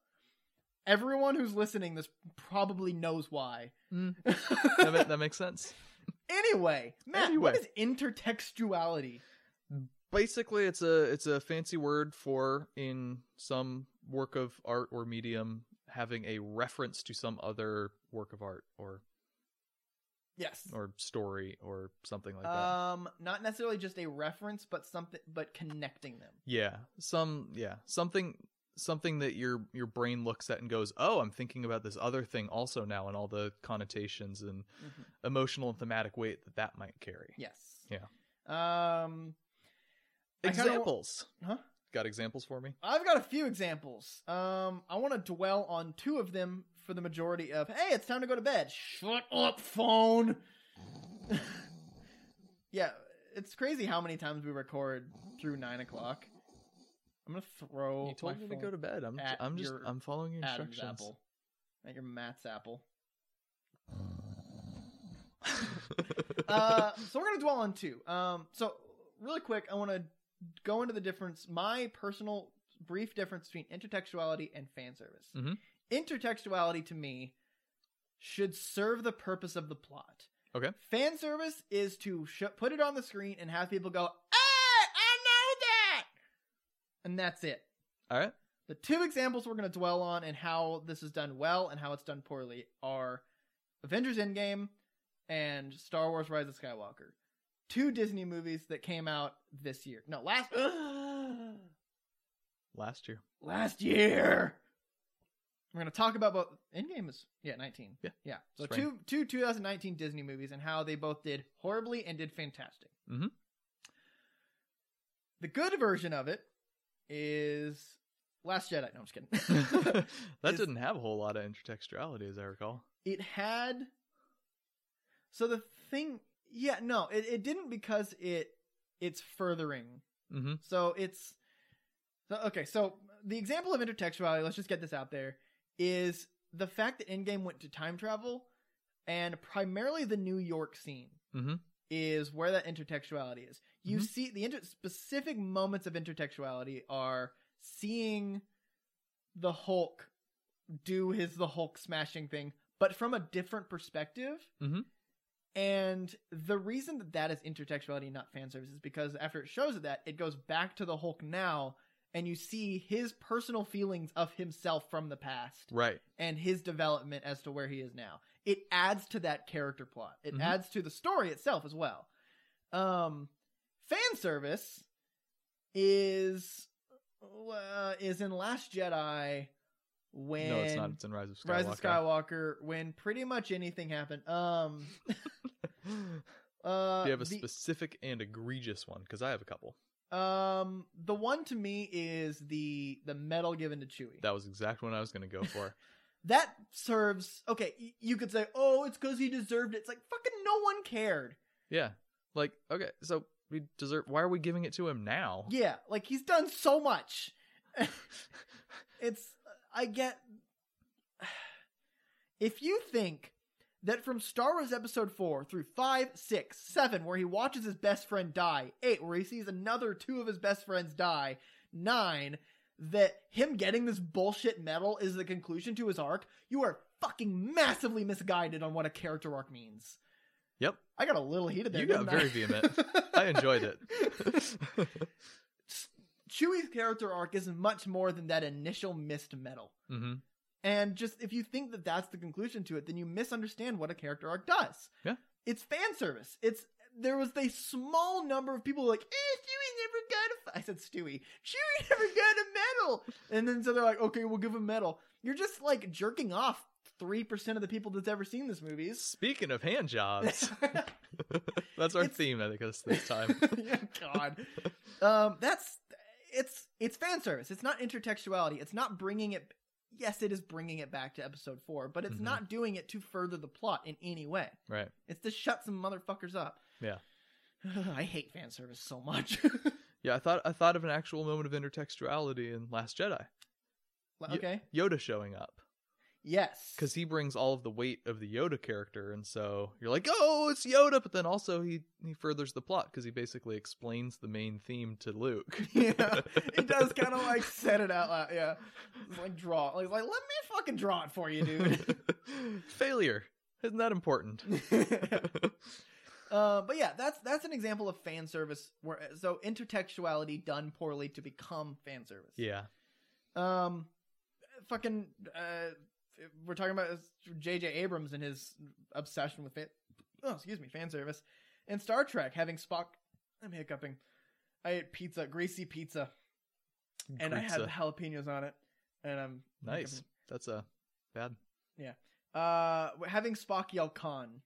B: everyone who's listening this probably knows why.
C: Mm. that, ma- that makes sense.
B: anyway, Matt, what
C: Anyway.
B: is intertextuality?
C: Basically, it's a it's a fancy word for in some work of art or medium having a reference to some other work of art or
B: Yes.
C: or story or something like that.
B: um, not necessarily just a reference, but something, but connecting them.
C: Yeah, some yeah, something something that your your brain looks at and goes, "Oh, I'm thinking about this other thing also now and all the connotations and
B: Mhm.
C: emotional and thematic weight that that might carry."
B: Yes.
C: Yeah.
B: Um, I kinda wa-
C: Examples.
B: Huh?
C: Got examples for me?
B: I've got a few examples. Um, I want to dwell on two of them for the majority of. Hey, it's time to go to bed. Shut up, phone. yeah, it's crazy how many times we record through nine o'clock. I'm gonna throw.
C: you told
B: my
C: me to
B: phone
C: go to bed. I'm
B: at
C: I'm just
B: your
C: I'm following your
B: Adam's
C: instructions.
B: apple. At your Matt's apple. Uh, so we're gonna dwell on two. Um, so really quick, I want to go into the difference. My personal brief difference between intertextuality and fan service.
C: Mhm.
B: Intertextuality to me should serve the purpose of the plot.
C: Okay.
B: Fan service is to sh- put it on the screen and have people go, "Hey, I know that," and that's it.
C: all right.
B: The two examples we're going to dwell on and how this is done well and how it's done poorly are Avengers Endgame and Star Wars Rise of Skywalker. Two Disney movies that came out this year. No, last
C: Last year.
B: last year. We're going to talk about both Endgame is yeah, 19.
C: Yeah.
B: Yeah. So
C: Spring.
B: two two 2019 Disney movies and how they both did horribly and did fantastic.
C: Mhm.
B: The good version of it is Last Jedi. No, I'm just kidding.
C: that
B: Is-
C: didn't have a whole lot of intertextuality as I recall.
B: it had so the thing yeah no it, it didn't because it it's furthering
C: Mhm.
B: so it's so, okay so the example of intertextuality let's just get this out there is the fact that endgame went to time travel and primarily the new york scene
C: Mhm.
B: is where that intertextuality is you
C: Mhm.
B: see the inter- specific moments of intertextuality are seeing the hulk do his the Hulk smashing thing, but from a different perspective.
C: Mhm.
B: And the reason that that is intertextuality, and not fan service, is because after it shows that, it goes back to the Hulk now, and you see his personal feelings of himself from the past
C: Right.
B: and his development as to where he is now. It adds to that character plot. It
C: Mhm.
B: adds to the story itself as well. Um, fan service is uh, is in Last Jedi when
C: no, it's not. It's in Rise of Skywalker.
B: Rise of Skywalker when pretty much anything happened. Um, uh,
C: Do you have a
B: the-
C: specific and egregious one? Because I have a couple.
B: um the one to me is the the medal given to Chewie.
C: That was exactly what I was going to go for.
B: that serves okay y- you could say oh it's because he deserved it it's like fucking no one cared
C: yeah. Like, okay, so we deserve. Why are we giving it to him now?
B: yeah like he's done so much it's i get if you think that from star wars episode 4 through 5 6 7 where he watches his best friend die 8 where he sees another two of his best friends die 9 that him getting this bullshit medal is the conclusion to his arc you are fucking massively misguided on what a character arc means
C: Yep.
B: I got a little heated there.
C: You got
B: didn't
C: very
B: I?
C: vehement. I enjoyed it.
B: Chewie's character arc is much more than that initial missed medal.
C: hmm
B: And just if you think that that's the conclusion to it, then you misunderstand what a character arc does.
C: Yeah.
B: It's fan service. It's there was a small number of people like, eh, Stewie never got a. F-. I said Stewie. Stewie never got a medal. And then so they're like, okay, we'll give him a medal. You're just like jerking off three percent of the people that's ever seen this movie.
C: Speaking of hand jobs, that's our
B: It's-
C: theme, I think, this, this time.
B: yeah, God. Um, that's it's it's fan service. It's not intertextuality. It's not bringing it. Yes, it is bringing it back to episode four, but it's
C: Mhm.
B: not doing it to further the plot in any way.
C: Right.
B: It's to shut some motherfuckers up.
C: Yeah.
B: I hate fan service so much.
C: Yeah, I thought I thought of an actual moment of intertextuality in Last Jedi.
B: okay.
C: Yoda showing up.
B: Yes.
C: because he brings all of the weight of the Yoda character, and so you're like, oh, it's Yoda, but then also he he furthers the plot because he basically explains the main theme to Luke.
B: yeah, it does kind of like set it out loud. Yeah, It's like draw. Like, like let me fucking draw it for you, dude.
C: Failure isn't that important?
B: uh, but yeah, that's that's an example of fan service where so intertextuality done poorly to become fan service.
C: yeah,
B: Um, fucking. Uh, we're talking about J.J. Abrams and his obsession with fan. Oh, excuse me, fan service, and Star Trek having Spock. I'm hiccuping. I ate pizza, greasy pizza, and I had
C: Gritza.
B: jalapenos on it, and I'm
C: nice. That's a bad.
B: Uh, having Spock yell "Con"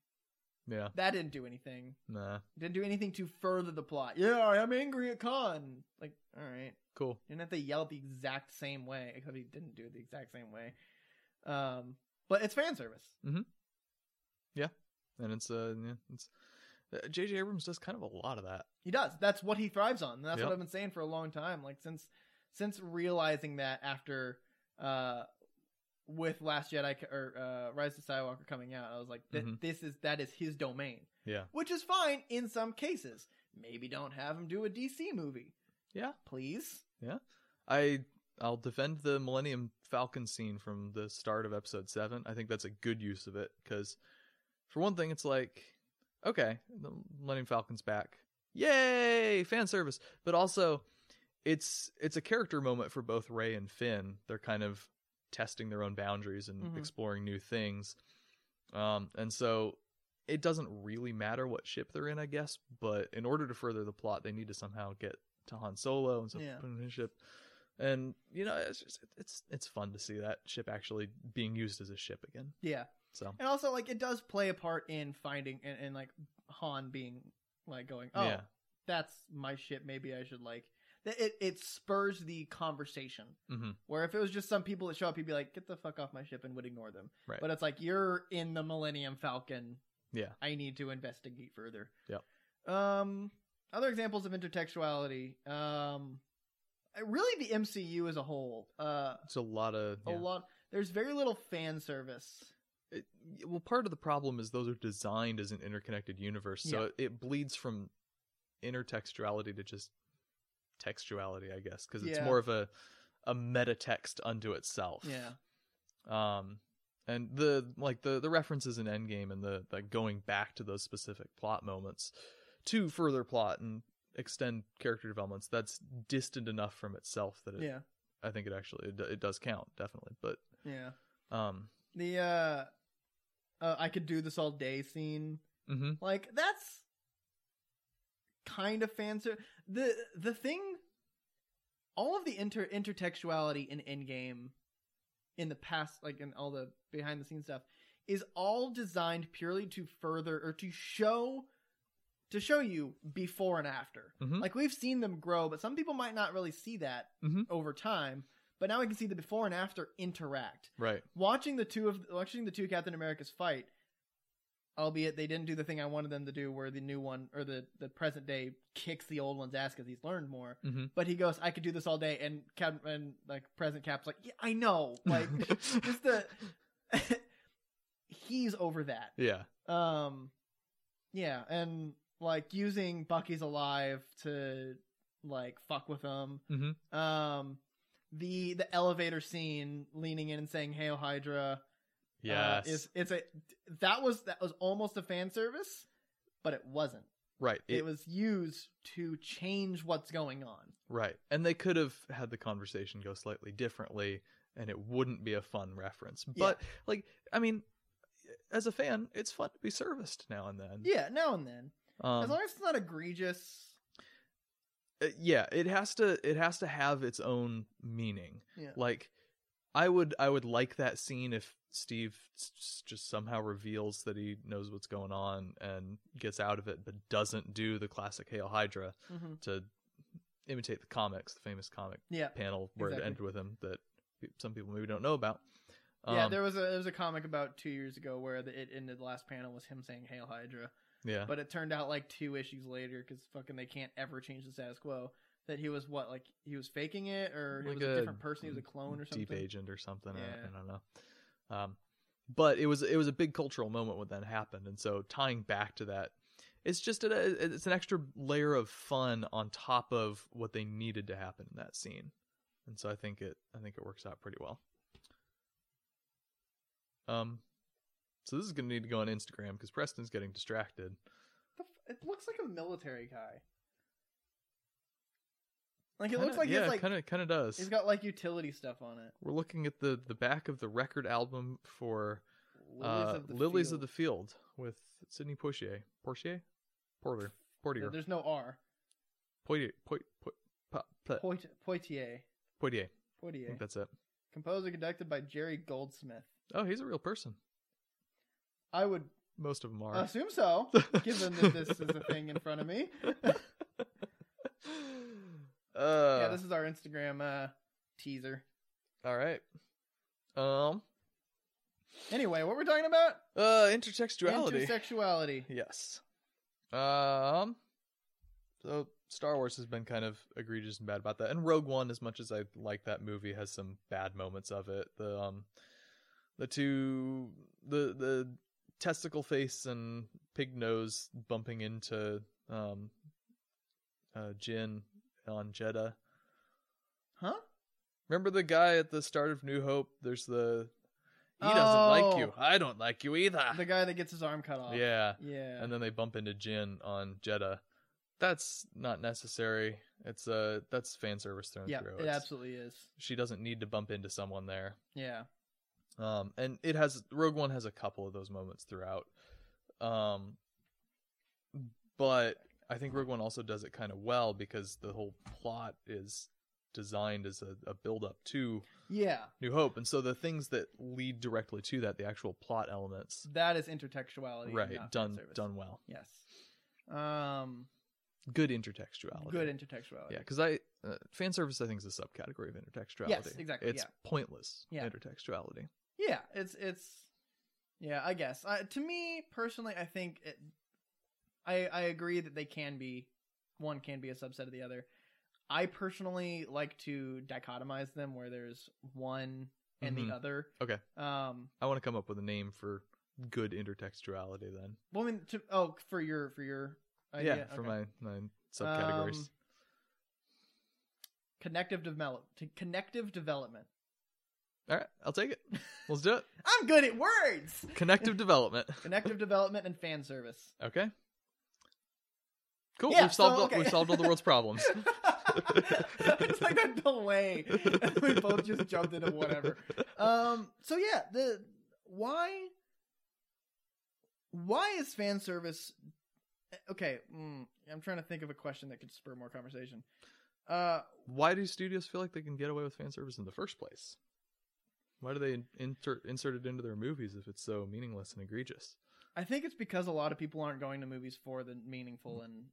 C: Yeah,
B: that didn't do anything.
C: nah,
B: Didn't do anything to further the plot. Yeah, I'm angry at Khan. Like, all right.
C: cool.
B: Didn't have to yell it the exact same way, except he didn't do it the exact same way. Um, but it's fan service.
C: And it's uh, yeah, it's uh, J.J. Abrams does kind of a lot of that.
B: He does. That's what he thrives on. And that's
C: Yep.
B: what I've been saying for a long time. Like since since realizing that after uh with Last Jedi c- or uh Rise of Skywalker coming out, I was like, th-
C: Mhm.
B: this is that is his domain,
C: Yeah,
B: which is fine in some cases. Maybe don't have him do a DC movie.
C: Yeah.
B: please.
C: I I'll defend the Millennium Falcon scene from the start of episode 7. I think that's a good use of it cuz for one thing it's like okay, the Millennium Falcon's back. Yay, fan service. But also it's it's a character moment for both Ray and Finn. They're kind of testing their own boundaries and
B: Mhm.
C: exploring new things. Um and so it doesn't really matter what ship they're in, I guess, but in order to further the plot, they need to somehow get to Han Solo and so
B: Yeah.
C: put him in his ship and you know it's just it's it's fun to see that ship actually being used as a ship again
B: Yeah.
C: so
B: And also, like, it does play a part in finding and, and like Han being like going, "Oh,
C: yeah
B: that's my ship. Maybe I should like." Th- It it spurs the conversation.
C: hmm
B: Where if it was just some people that show up, he'd be like, "Get the fuck off my ship," and would ignore them.
C: Right.
B: But it's like you're in the Millennium Falcon.
C: Yeah.
B: I need to investigate further.
C: Yep.
B: Um, other examples of intertextuality. Um, really, the MCU as a whole. Uh,
C: it's a lot of
B: a
C: yeah.
B: lot. There's very little fan service.
C: It- well part of the problem is those are designed as an interconnected universe so
B: Yeah.
C: it, it bleeds from intertextuality to just textuality i guess because it's
B: Yeah.
C: more of a a meta text unto itself
B: Yeah.
C: um and the like the the references in endgame and the like going back to those specific plot moments to further plot and extend character developments that's distant enough from itself that it,
B: Yeah.
C: i think it actually it, do- it does count definitely but
B: Yeah.
C: um
B: the uh, uh i could do this all day scene
C: hmm
B: like that's kind of fan ser- the the thing all of the inter intertextuality in endgame in the past like in all the behind the scenes stuff is all designed purely to further or to show to show you before and after
C: Mhm.
B: like we've seen them grow but some people might not really see that
C: Mhm.
B: over time but now we can see the before and after interact
C: right
B: watching the two of watching the two Captain Americas fight, albeit they didn't do the thing I wanted them to do, where the new one or the the present day kicks the old one's ass because he's learned more.
C: Mhm.
B: But he goes, "I could do this all day," and Cap and like present Cap's like, "Yeah, I know." Like just the he's over that.
C: yeah
B: Um, yeah, and like using Bucky's alive to like fuck with him.
C: Mhm.
B: Um, the the elevator scene, leaning in and saying "Hail Hydra." uh,
C: yes
B: is it's a that was that was almost a fan service, but it wasn't.
C: right
B: It,
C: it,
B: was used to change what's going on.
C: right and they could have had the conversation go slightly differently and it wouldn't be a fun reference but like i mean as a fan it's fun to be serviced now and then
B: Yeah, now and then,
C: Mm. um,
B: as long as it's not egregious.
C: uh, yeah it has to it has to have its own meaning
B: Yeah.
C: like i would i would like that scene if steve s- s- just somehow reveals that he knows what's going on and gets out of it but doesn't do the classic hail hydra
B: hmm
C: to imitate the comics the famous comic
B: Yeah,
C: panel where
B: Exactly.
C: it ended with him that pe- some people maybe don't know about
B: yeah.
C: Um,
B: There was a there was a comic about two years ago where the, it ended. The last panel was him saying "Hail Hydra."
C: yeah
B: But it turned out like two issues later, because fucking they can't ever change the status quo. That he was what like he was faking it, or he
C: Like
B: was a,
C: a
B: different person. He was a clone or something.
C: deep agent or something I-
B: Yeah.
C: I don't know Um, but it was it was a big cultural moment when that happened, and so tying back to that, it's just a, it's an extra layer of fun on top of what they needed to happen in that scene, and so I think it I think it works out pretty well. Um, so this is gonna need to go on Instagram because Preston's getting distracted.
B: The f- It looks like a military guy. Like it
C: Kinda-
B: looks like
C: yeah,
B: it's like
C: kind of kind of does.
B: he's got like utility stuff on it.
C: We're looking at the the back of the record album for
B: Lilies
C: uh,
B: of the
C: Lilies
B: Field.
C: of the Field with Sidney Poitier. Poitier? Porter.
B: There-
C: Portier.
B: There's no R.
C: Poitier. Poit, Poit, Pa- Pa-
B: Poit- Poitier.
C: Poitier. I
B: Poitier.
C: think that's it.
B: Composed and conducted by Jerry Goldsmith.
C: Oh, he's a real person.
B: I would
C: Most of them are.
B: assume so, given that this is a thing in front of me.
C: Uh,
B: yeah, this is our Instagram uh, teaser.
C: All right. Um.
B: Anyway, what we're talking about?
C: Uh. Intersexuality.
B: Intersexuality.
C: Yes. Um. So Star Wars has been kind of egregious and bad about that, and Rogue One, as much as I like that movie, has some bad moments of it. The um, the two the the testicle face and pig nose bumping into um, uh, Jin on Jeddah.
B: Huh?
C: Remember the guy at the start of New Hope? There's the he doesn't like
B: Oh.
C: you. I don't like you either.
B: The guy that gets his arm cut off.
C: yeah
B: Yeah.
C: and then they bump into Jin on Jeddah. That's not necessary. It's uh that's fan service thrown
B: yeah,
C: through.
B: it
C: It's-
B: absolutely is.
C: She doesn't need to bump into someone there.
B: Yeah.
C: Um, and it has Rogue One has a couple of those moments throughout. Um, but I think Rogue One also does it kind of well because the whole plot is designed as a, a build up to
B: Yeah.
C: New Hope, and so the things that lead directly to that, the actual plot elements,
B: That is intertextuality. and
C: right,
B: not
C: done
B: fanservice.
C: done well,
B: Yes. Um
C: good intertextuality,
B: good intertextuality.
C: Yeah, because I uh, fan service I think is a subcategory of intertextuality.
B: exactly,
C: It's
B: yeah.
C: pointless
B: Yeah.
C: intertextuality.
B: Yeah, it's it's yeah, I guess. Uh, to me personally, I think it, I I agree that they can be one can be a subset of the other. I personally like to dichotomize them where there's one and
C: Mhm.
B: the other.
C: Okay.
B: Um
C: I want to come up with a name for good intertextuality then.
B: well, I mean, to, oh, for your for your
C: yeah,
B: idea?
C: for
B: Oh, Okay.
C: my my subcategories.
B: Um, connective develop to connective development.
C: All right, I'll take it. Let's do it.
B: I'm good at words.
C: Connective development.
B: Connective development and fan service.
C: Okay. Cool.
B: Yeah,
C: we've solved
B: so,
C: all,
B: okay.
C: we've solved all the world's problems.
B: it's like that delay. we both just jumped into whatever. Um. So yeah, the why why is fan service okay? Mm, I'm trying to think of a question that could spur more conversation. Uh,
C: Why do studios feel like they can get away with fan service in the first place? Why do they inter- insert it into their movies if it's so meaningless and egregious?
B: I think it's because a lot of people aren't going to movies for the meaningful and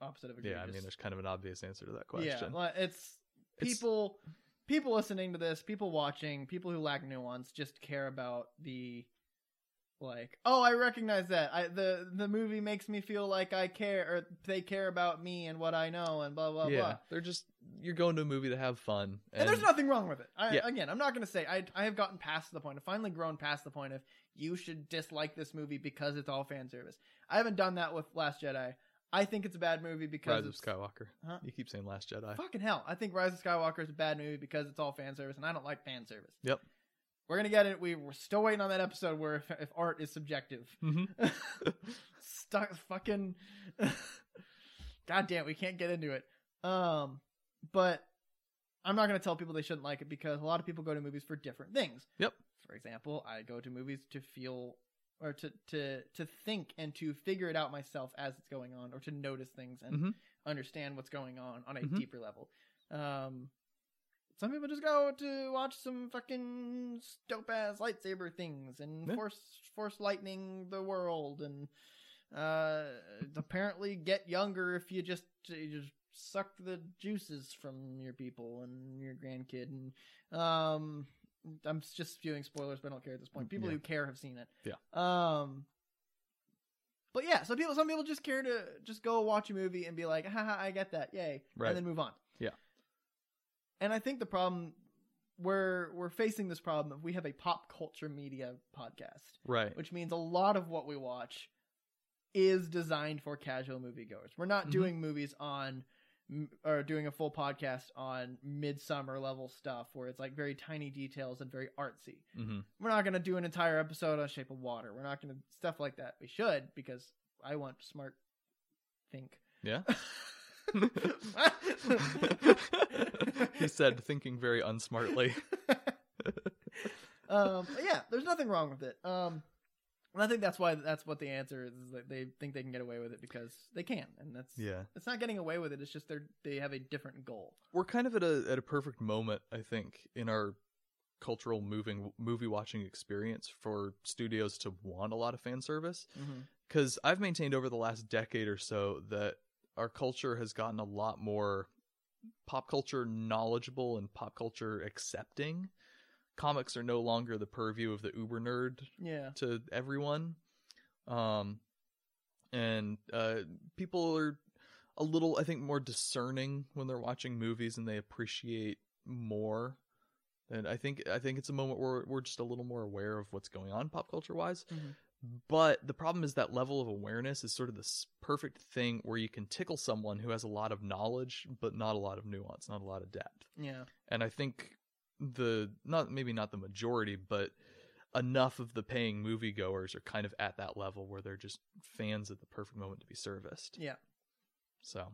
B: opposite of egregious.
C: Yeah, I mean, there's kind of an obvious answer to that
B: Yeah,
C: question.
B: well, it's
C: It's-
B: people people listening to this, people watching, people who lack nuance just care about the like, oh, I recognize that. I the the movie makes me feel like I care or they care about me and what I know and blah blah
C: yeah,
B: blah.
C: they're just you're going to a movie to have fun,
B: And, there's nothing wrong with it. I,
C: Yeah.
B: Again, I'm not going to say I I have gotten past the point. I've finally grown past the point of you should dislike this movie because it's all fan service. I haven't done that with Last Jedi. I think it's a bad movie because
C: Rise of
B: it's-
C: Skywalker.
B: Huh?
C: You keep saying Last Jedi.
B: Fucking hell. I think Rise of Skywalker is a bad movie because it's all fan service, and I don't like fan service.
C: Yep.
B: We're going to get it. We, we're still waiting on that episode where if, if art is subjective.
C: Mhm.
B: Stuck fucking. God damn, we can't get into it. Um, but I'm not going to tell people they shouldn't like it because a lot of people go to movies for different things.
C: Yep.
B: For example, I go to movies to feel or to to to think and to figure it out myself as it's going on or to notice things and
C: Mhm.
B: understand what's going on on a
C: Mhm.
B: deeper level. Um some people just go to watch some fucking dope ass lightsaber things and
C: Yeah.
B: force force lightning the world and uh apparently get younger if you just you just suck the juices from your people and your grandkid and um I'm just spewing spoilers but I don't care at this point. People
C: Mm, Yeah.
B: who care have seen it.
C: Yeah.
B: Um but yeah, some people some people just care to just go watch a movie and be like, haha, I get that, yay,
C: Right.
B: and then move on.
C: Yeah.
B: And I think the problem we're we're facing this problem if we have a pop culture media podcast,
C: Right.
B: which means a lot of what we watch is designed for casual moviegoers. We're not
C: Mhm.
B: doing movies on m- or doing a full podcast on midsummer level stuff where it's like very tiny details and very artsy.
C: hmm
B: We're not going to do an entire episode on Shape of Water. We're not going to stuff like that. We should because I want smart think.
C: Yeah. Mm-hmm. he said, thinking very unsmartly.
B: um, but yeah, there's nothing wrong with it. Um, and I think that's why that's what the answer is. is that they think they can get away with it because they can, and that's
C: Yeah.
B: It's not getting away with it. It's just they are they have a different goal.
C: We're kind of at a at a perfect moment, I think, in our cultural moving movie watching experience for studios to want a lot of fan service. because I've maintained over the last decade or so that our culture has gotten a lot more pop culture knowledgeable and pop culture accepting. Comics are no longer the purview of the uber nerd
B: Yeah,
C: to everyone. Um, and uh, people are a little, I think, more discerning when they're watching movies and they appreciate more. And I think I think it's a moment where we're just a little more aware of what's going on pop culture wise.
B: Mhm.
C: But the problem is that level of awareness is sort of this perfect thing where you can tickle someone who has a lot of knowledge but not a lot of nuance, not a lot of depth
B: yeah,
C: and I think the not maybe not the majority, but enough of the paying moviegoers are kind of at that level where they're just fans at the perfect moment to be serviced.
B: Yeah.
C: So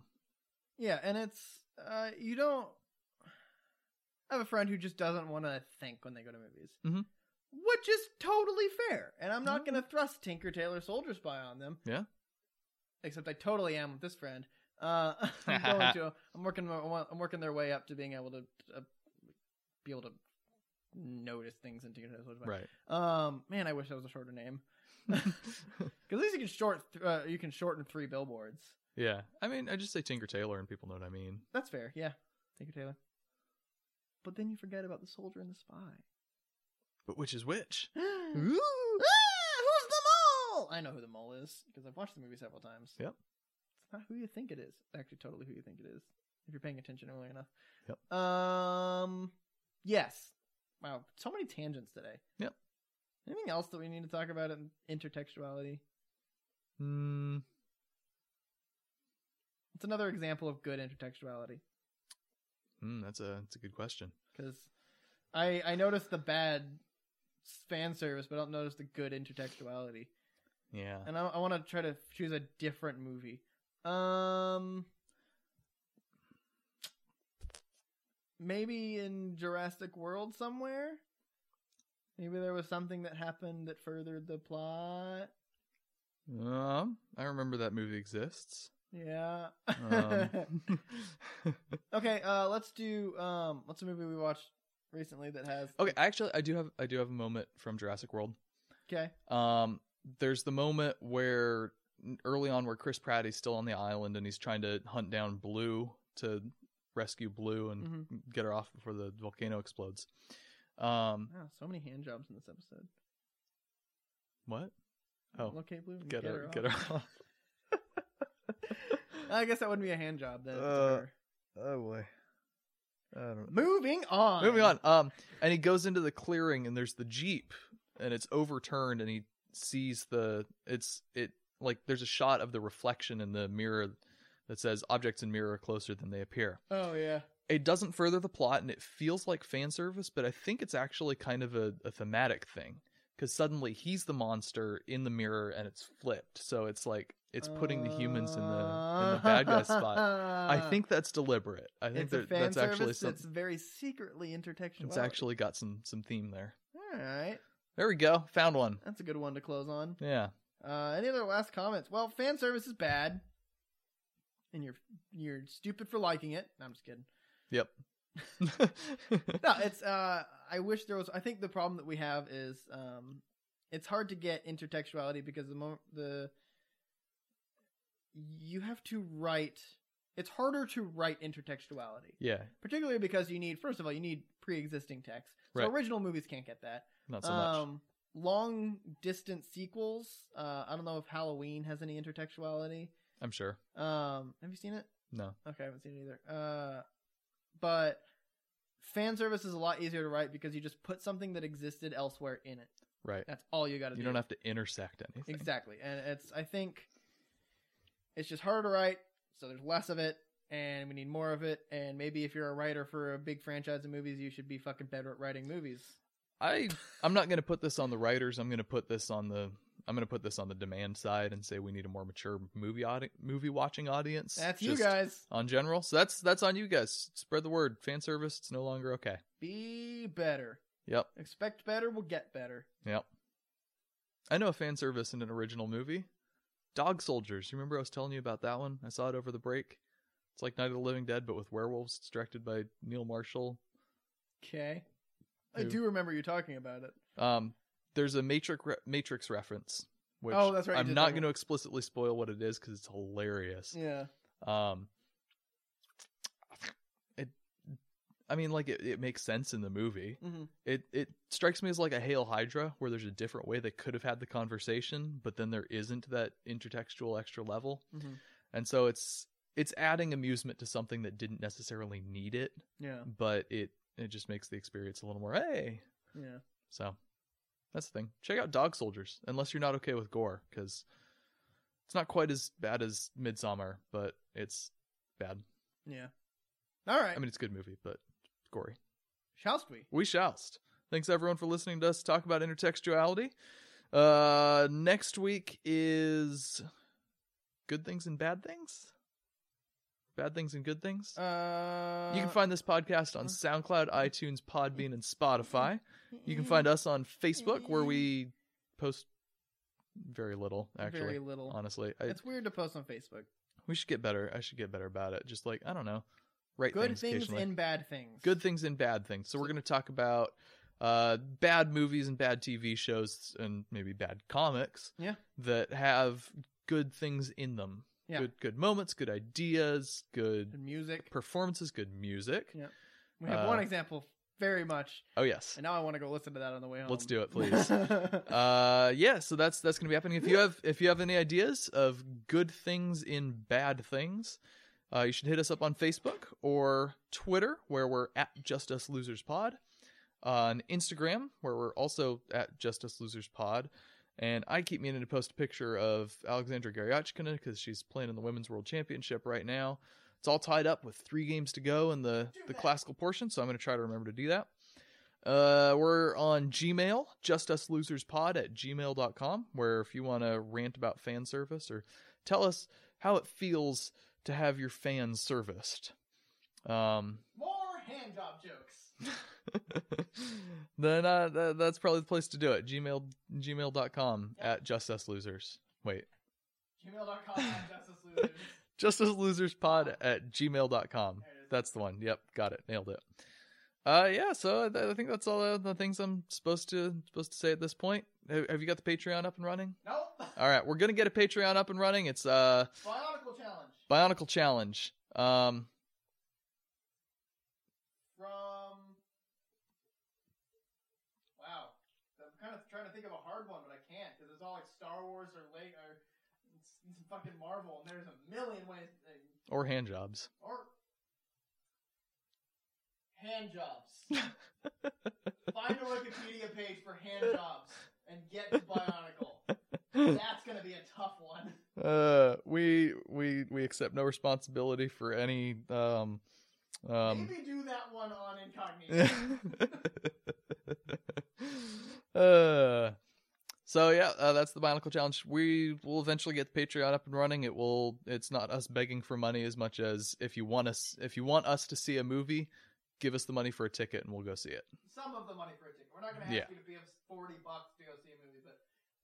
B: yeah. And it's uh, you don't. I have a friend who just doesn't want to think when they go to movies,
C: Mhm.
B: which is totally fair. And I'm not going to thrust Tinker Tailor Soldier Spy on them.
C: Mm-hmm. Yeah.
B: Except I totally am with this friend. Uh, I'm going to. I'm working. my- I'm working their way up to being able to uh, be able to notice things in Tinker Tailor Soldier Spy.
C: right,
B: Um, man, I wish that was a shorter name. Because at least you can short, uh, you can shorten three billboards.
C: yeah. I mean, I just say Tinker Tailor, and people know what I mean.
B: That's fair. Yeah, thank you, Taylor. But then you forget about the soldier and the spy.
C: But which is which?
B: Ooh. Ah, who's the mole? I know who the mole is because I've watched the movie several times.
C: Yep.
B: It's not who you think it is. It's actually totally who you think it is if you're paying attention early enough.
C: Yep.
B: Um. Yes. Wow. So many tangents today.
C: Yep.
B: Anything else that we need to talk about in intertextuality?
C: Hmm.
B: It's another example of good intertextuality
C: Hmm, that's a that's a good question.
B: because I I noticed the bad fan service, but I don't notice the good intertextuality.
C: Yeah.
B: And I, I want to try to choose a different movie. Um, maybe in Jurassic World somewhere. Maybe there was something that happened that furthered the plot.
C: Um, I remember that movie exists.
B: Yeah.
C: Um,
B: okay. Uh, let's do um, what's a movie we watched recently that has
C: okay, actually, I do have I do have a moment from Jurassic World.
B: okay.
C: Um, there's the moment where early on where Chris Pratt is still on the island and he's trying to hunt down Blue to rescue Blue and
B: Mm-hmm.
C: get her off before the volcano explodes. Um,
B: Wow, so many hand jobs in this episode.
C: what? Oh,
B: okay, Blue. and
C: get, her,
B: off.
C: get her off.
B: I guess that wouldn't be a hand job then. to
C: Uh,
B: her.
C: oh boy. I don't
B: Moving on.
C: Moving on. Um, and he goes into the clearing, and there's the jeep, and it's overturned, and he sees the it's it like there's a shot of the reflection in the mirror that says objects in mirror are closer than they appear.
B: Oh yeah.
C: It doesn't further the plot, and it feels like fan service, but I think it's actually kind of a, a thematic thing because suddenly he's the monster in the mirror, and it's flipped, so it's like it's putting the humans in the in the bad guy spot. I think that's deliberate. I think
B: Uh, it's a
C: that,
B: fan
C: that's actually
B: service
C: something.
B: that's very secretly intertextual.
C: It's actually got some some theme there.
B: all right.
C: There we go. Found one.
B: That's a good one to close on.
C: Yeah.
B: Uh, any other last comments? Well, fan service is bad, and you're you're stupid for liking it. No, I'm just kidding. no, it's uh I wish there was I think the problem that we have is um it's hard to get intertextuality because the moment the you have to write it's harder to write intertextuality,
C: yeah.
B: particularly because you need first of all you need pre-existing text. So
C: Right.
B: original movies can't get that.
C: Not so much.
B: Um, long distance sequels, uh I don't know if Halloween has any intertextuality.
C: I'm sure.
B: Um have you seen it?
C: No.
B: Okay, I haven't seen it either. Uh, but Fan service is a lot easier to write because you just put something that existed elsewhere in it.
C: Right.
B: That's all you got to do.
C: You don't have to intersect anything.
B: Exactly. And it's I think it's just harder to write, so there's less of it, and we need more of it. And maybe if you're a writer for a big franchise of movies, you should be fucking better at writing movies.
C: I I'm not going to put this on the writers. I'm going to put this on the I'm going to put this on the demand side and say we need a more mature movie audi- movie watching audience.
B: That's
C: just
B: you guys.
C: On general, so that's that's on you guys. Spread the word. Fan service. It's no longer okay.
B: Be better.
C: Yep.
B: Expect better, we'll get better.
C: Yep. I know a fan service in an original movie. Dog Soldiers. You remember I was telling you about that one? I saw it over the break. It's like Night of the Living Dead, but with werewolves. It's directed by Neil Marshall.
B: Okay. I
C: Who-
B: do remember you talking about it.
C: Um, there's a Matrix re- Matrix reference, which
B: Oh, that's right, you
C: I'm
B: did
C: not
B: talk
C: going to explicitly spoil what it is because it's hilarious.
B: Yeah.
C: Um, it, I mean, like it, it makes sense in the movie.
B: Mhm.
C: It it strikes me as like a Hail Hydra, where there's a different way they could have had the conversation, but then there isn't that intertextual extra level,
B: Mhm.
C: and so it's it's adding amusement to something that didn't necessarily need it,
B: Yeah.
C: but it it just makes the experience a little more hey.
B: Yeah.
C: So that's the thing. Check out Dog Soldiers, unless you're not okay with gore, because it's not quite as bad as Midsummer, but it's bad.
B: Yeah. All right.
C: I mean, it's a good movie, but gory.
B: Shallst we?
C: We shallst. Thanks everyone for listening to us talk about intertextuality. Uh, next week is good things and bad things. Bad things and good things.
B: Uh,
C: you can find this podcast on SoundCloud, iTunes, Podbean, and Spotify. You can
B: mm,
C: find us on Facebook, where we post very little, actually.
B: very little.
C: Honestly, I,
B: it's weird to post on Facebook.
C: we should get better. I should get better about it. Just like I don't know, right
B: Good
C: things,
B: things
C: occasionally.
B: and bad things.
C: good things and bad things. So we're going to talk about uh, bad movies and bad TV shows and maybe bad comics.
B: Yeah.
C: that have good things in them.
B: Yeah.
C: good good moments, good ideas, good
B: And music.
C: performances, good music.
B: Yeah. We have
C: Uh,
B: one example very much,
C: Oh yes.
B: and now I want to go listen to that on the way home.
C: Let's do it, please. uh yeah so that's that's gonna be happening if you have if you have any ideas of good things in bad things uh you should hit us up on facebook or twitter where we're at just us losers pod Uh, on instagram where we're also at just us losers pod and i keep meaning to post a picture of alexandra garyachkina because she's playing in the women's world championship right now it's all tied up with three games to go in the the classical portion so i'm gonna try to remember to do that uh, we're on Gmail, justuslosers.pod at gmail.com, where if you want to rant about fan service or tell us how it feels to have your fans serviced. Um,
B: More hand job jokes.
C: then uh, th- that's probably the place to do it. Gmail, gmail.com at justuslosers. Wait,
B: Gmail.com Justice Losers.
C: justuslosers.pod at gmail.com. That's the one. Yep, got it. Nailed it. Uh, yeah. So I, I think that's all the, the things I'm supposed to supposed to say at this point. Have, have you got the Patreon up and running?
B: nope.
C: All right, we're gonna get a Patreon up and running. It's uh
B: Bionicle challenge
C: Bionicle Challenge. Um,
B: from. Wow, I'm kind of trying to think of a hard one, but I can't because it's all like Star Wars or late or it's, it's fucking Marvel, and there's a million ways.
C: or hand jobs.
B: Or hand jobs. Find a Wikipedia page for hand jobs and get to Bionicle. That's gonna be a tough one.
C: Uh, we we we accept no responsibility for any um um.
B: Maybe do that one on incognito.
C: uh, so yeah, uh, that's the Bionicle Challenge. We will eventually get the Patreon up and running. It will. It's not us begging for money as much as if you want us if you want us to see a movie, give us the money for a ticket and we'll go see it.
B: Some of the money for a ticket. We're not gonna ask
C: Yeah.
B: you to give us forty bucks to go see a movie, but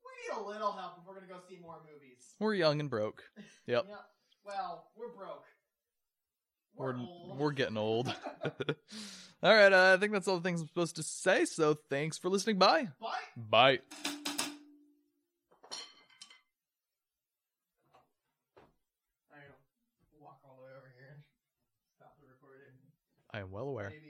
B: we need a little help if we're gonna go see more movies.
C: We're young and broke. Yep.
B: Yeah. Well, we're broke.
C: We're
B: We're, old.
C: we're getting old. all right, uh, I think that's all the things I'm supposed to say. So thanks for listening. Bye.
B: Bye.
C: Bye.
B: I'm gonna walk all the way over here and stop the recording.
C: I am well aware.
B: Maybe uh,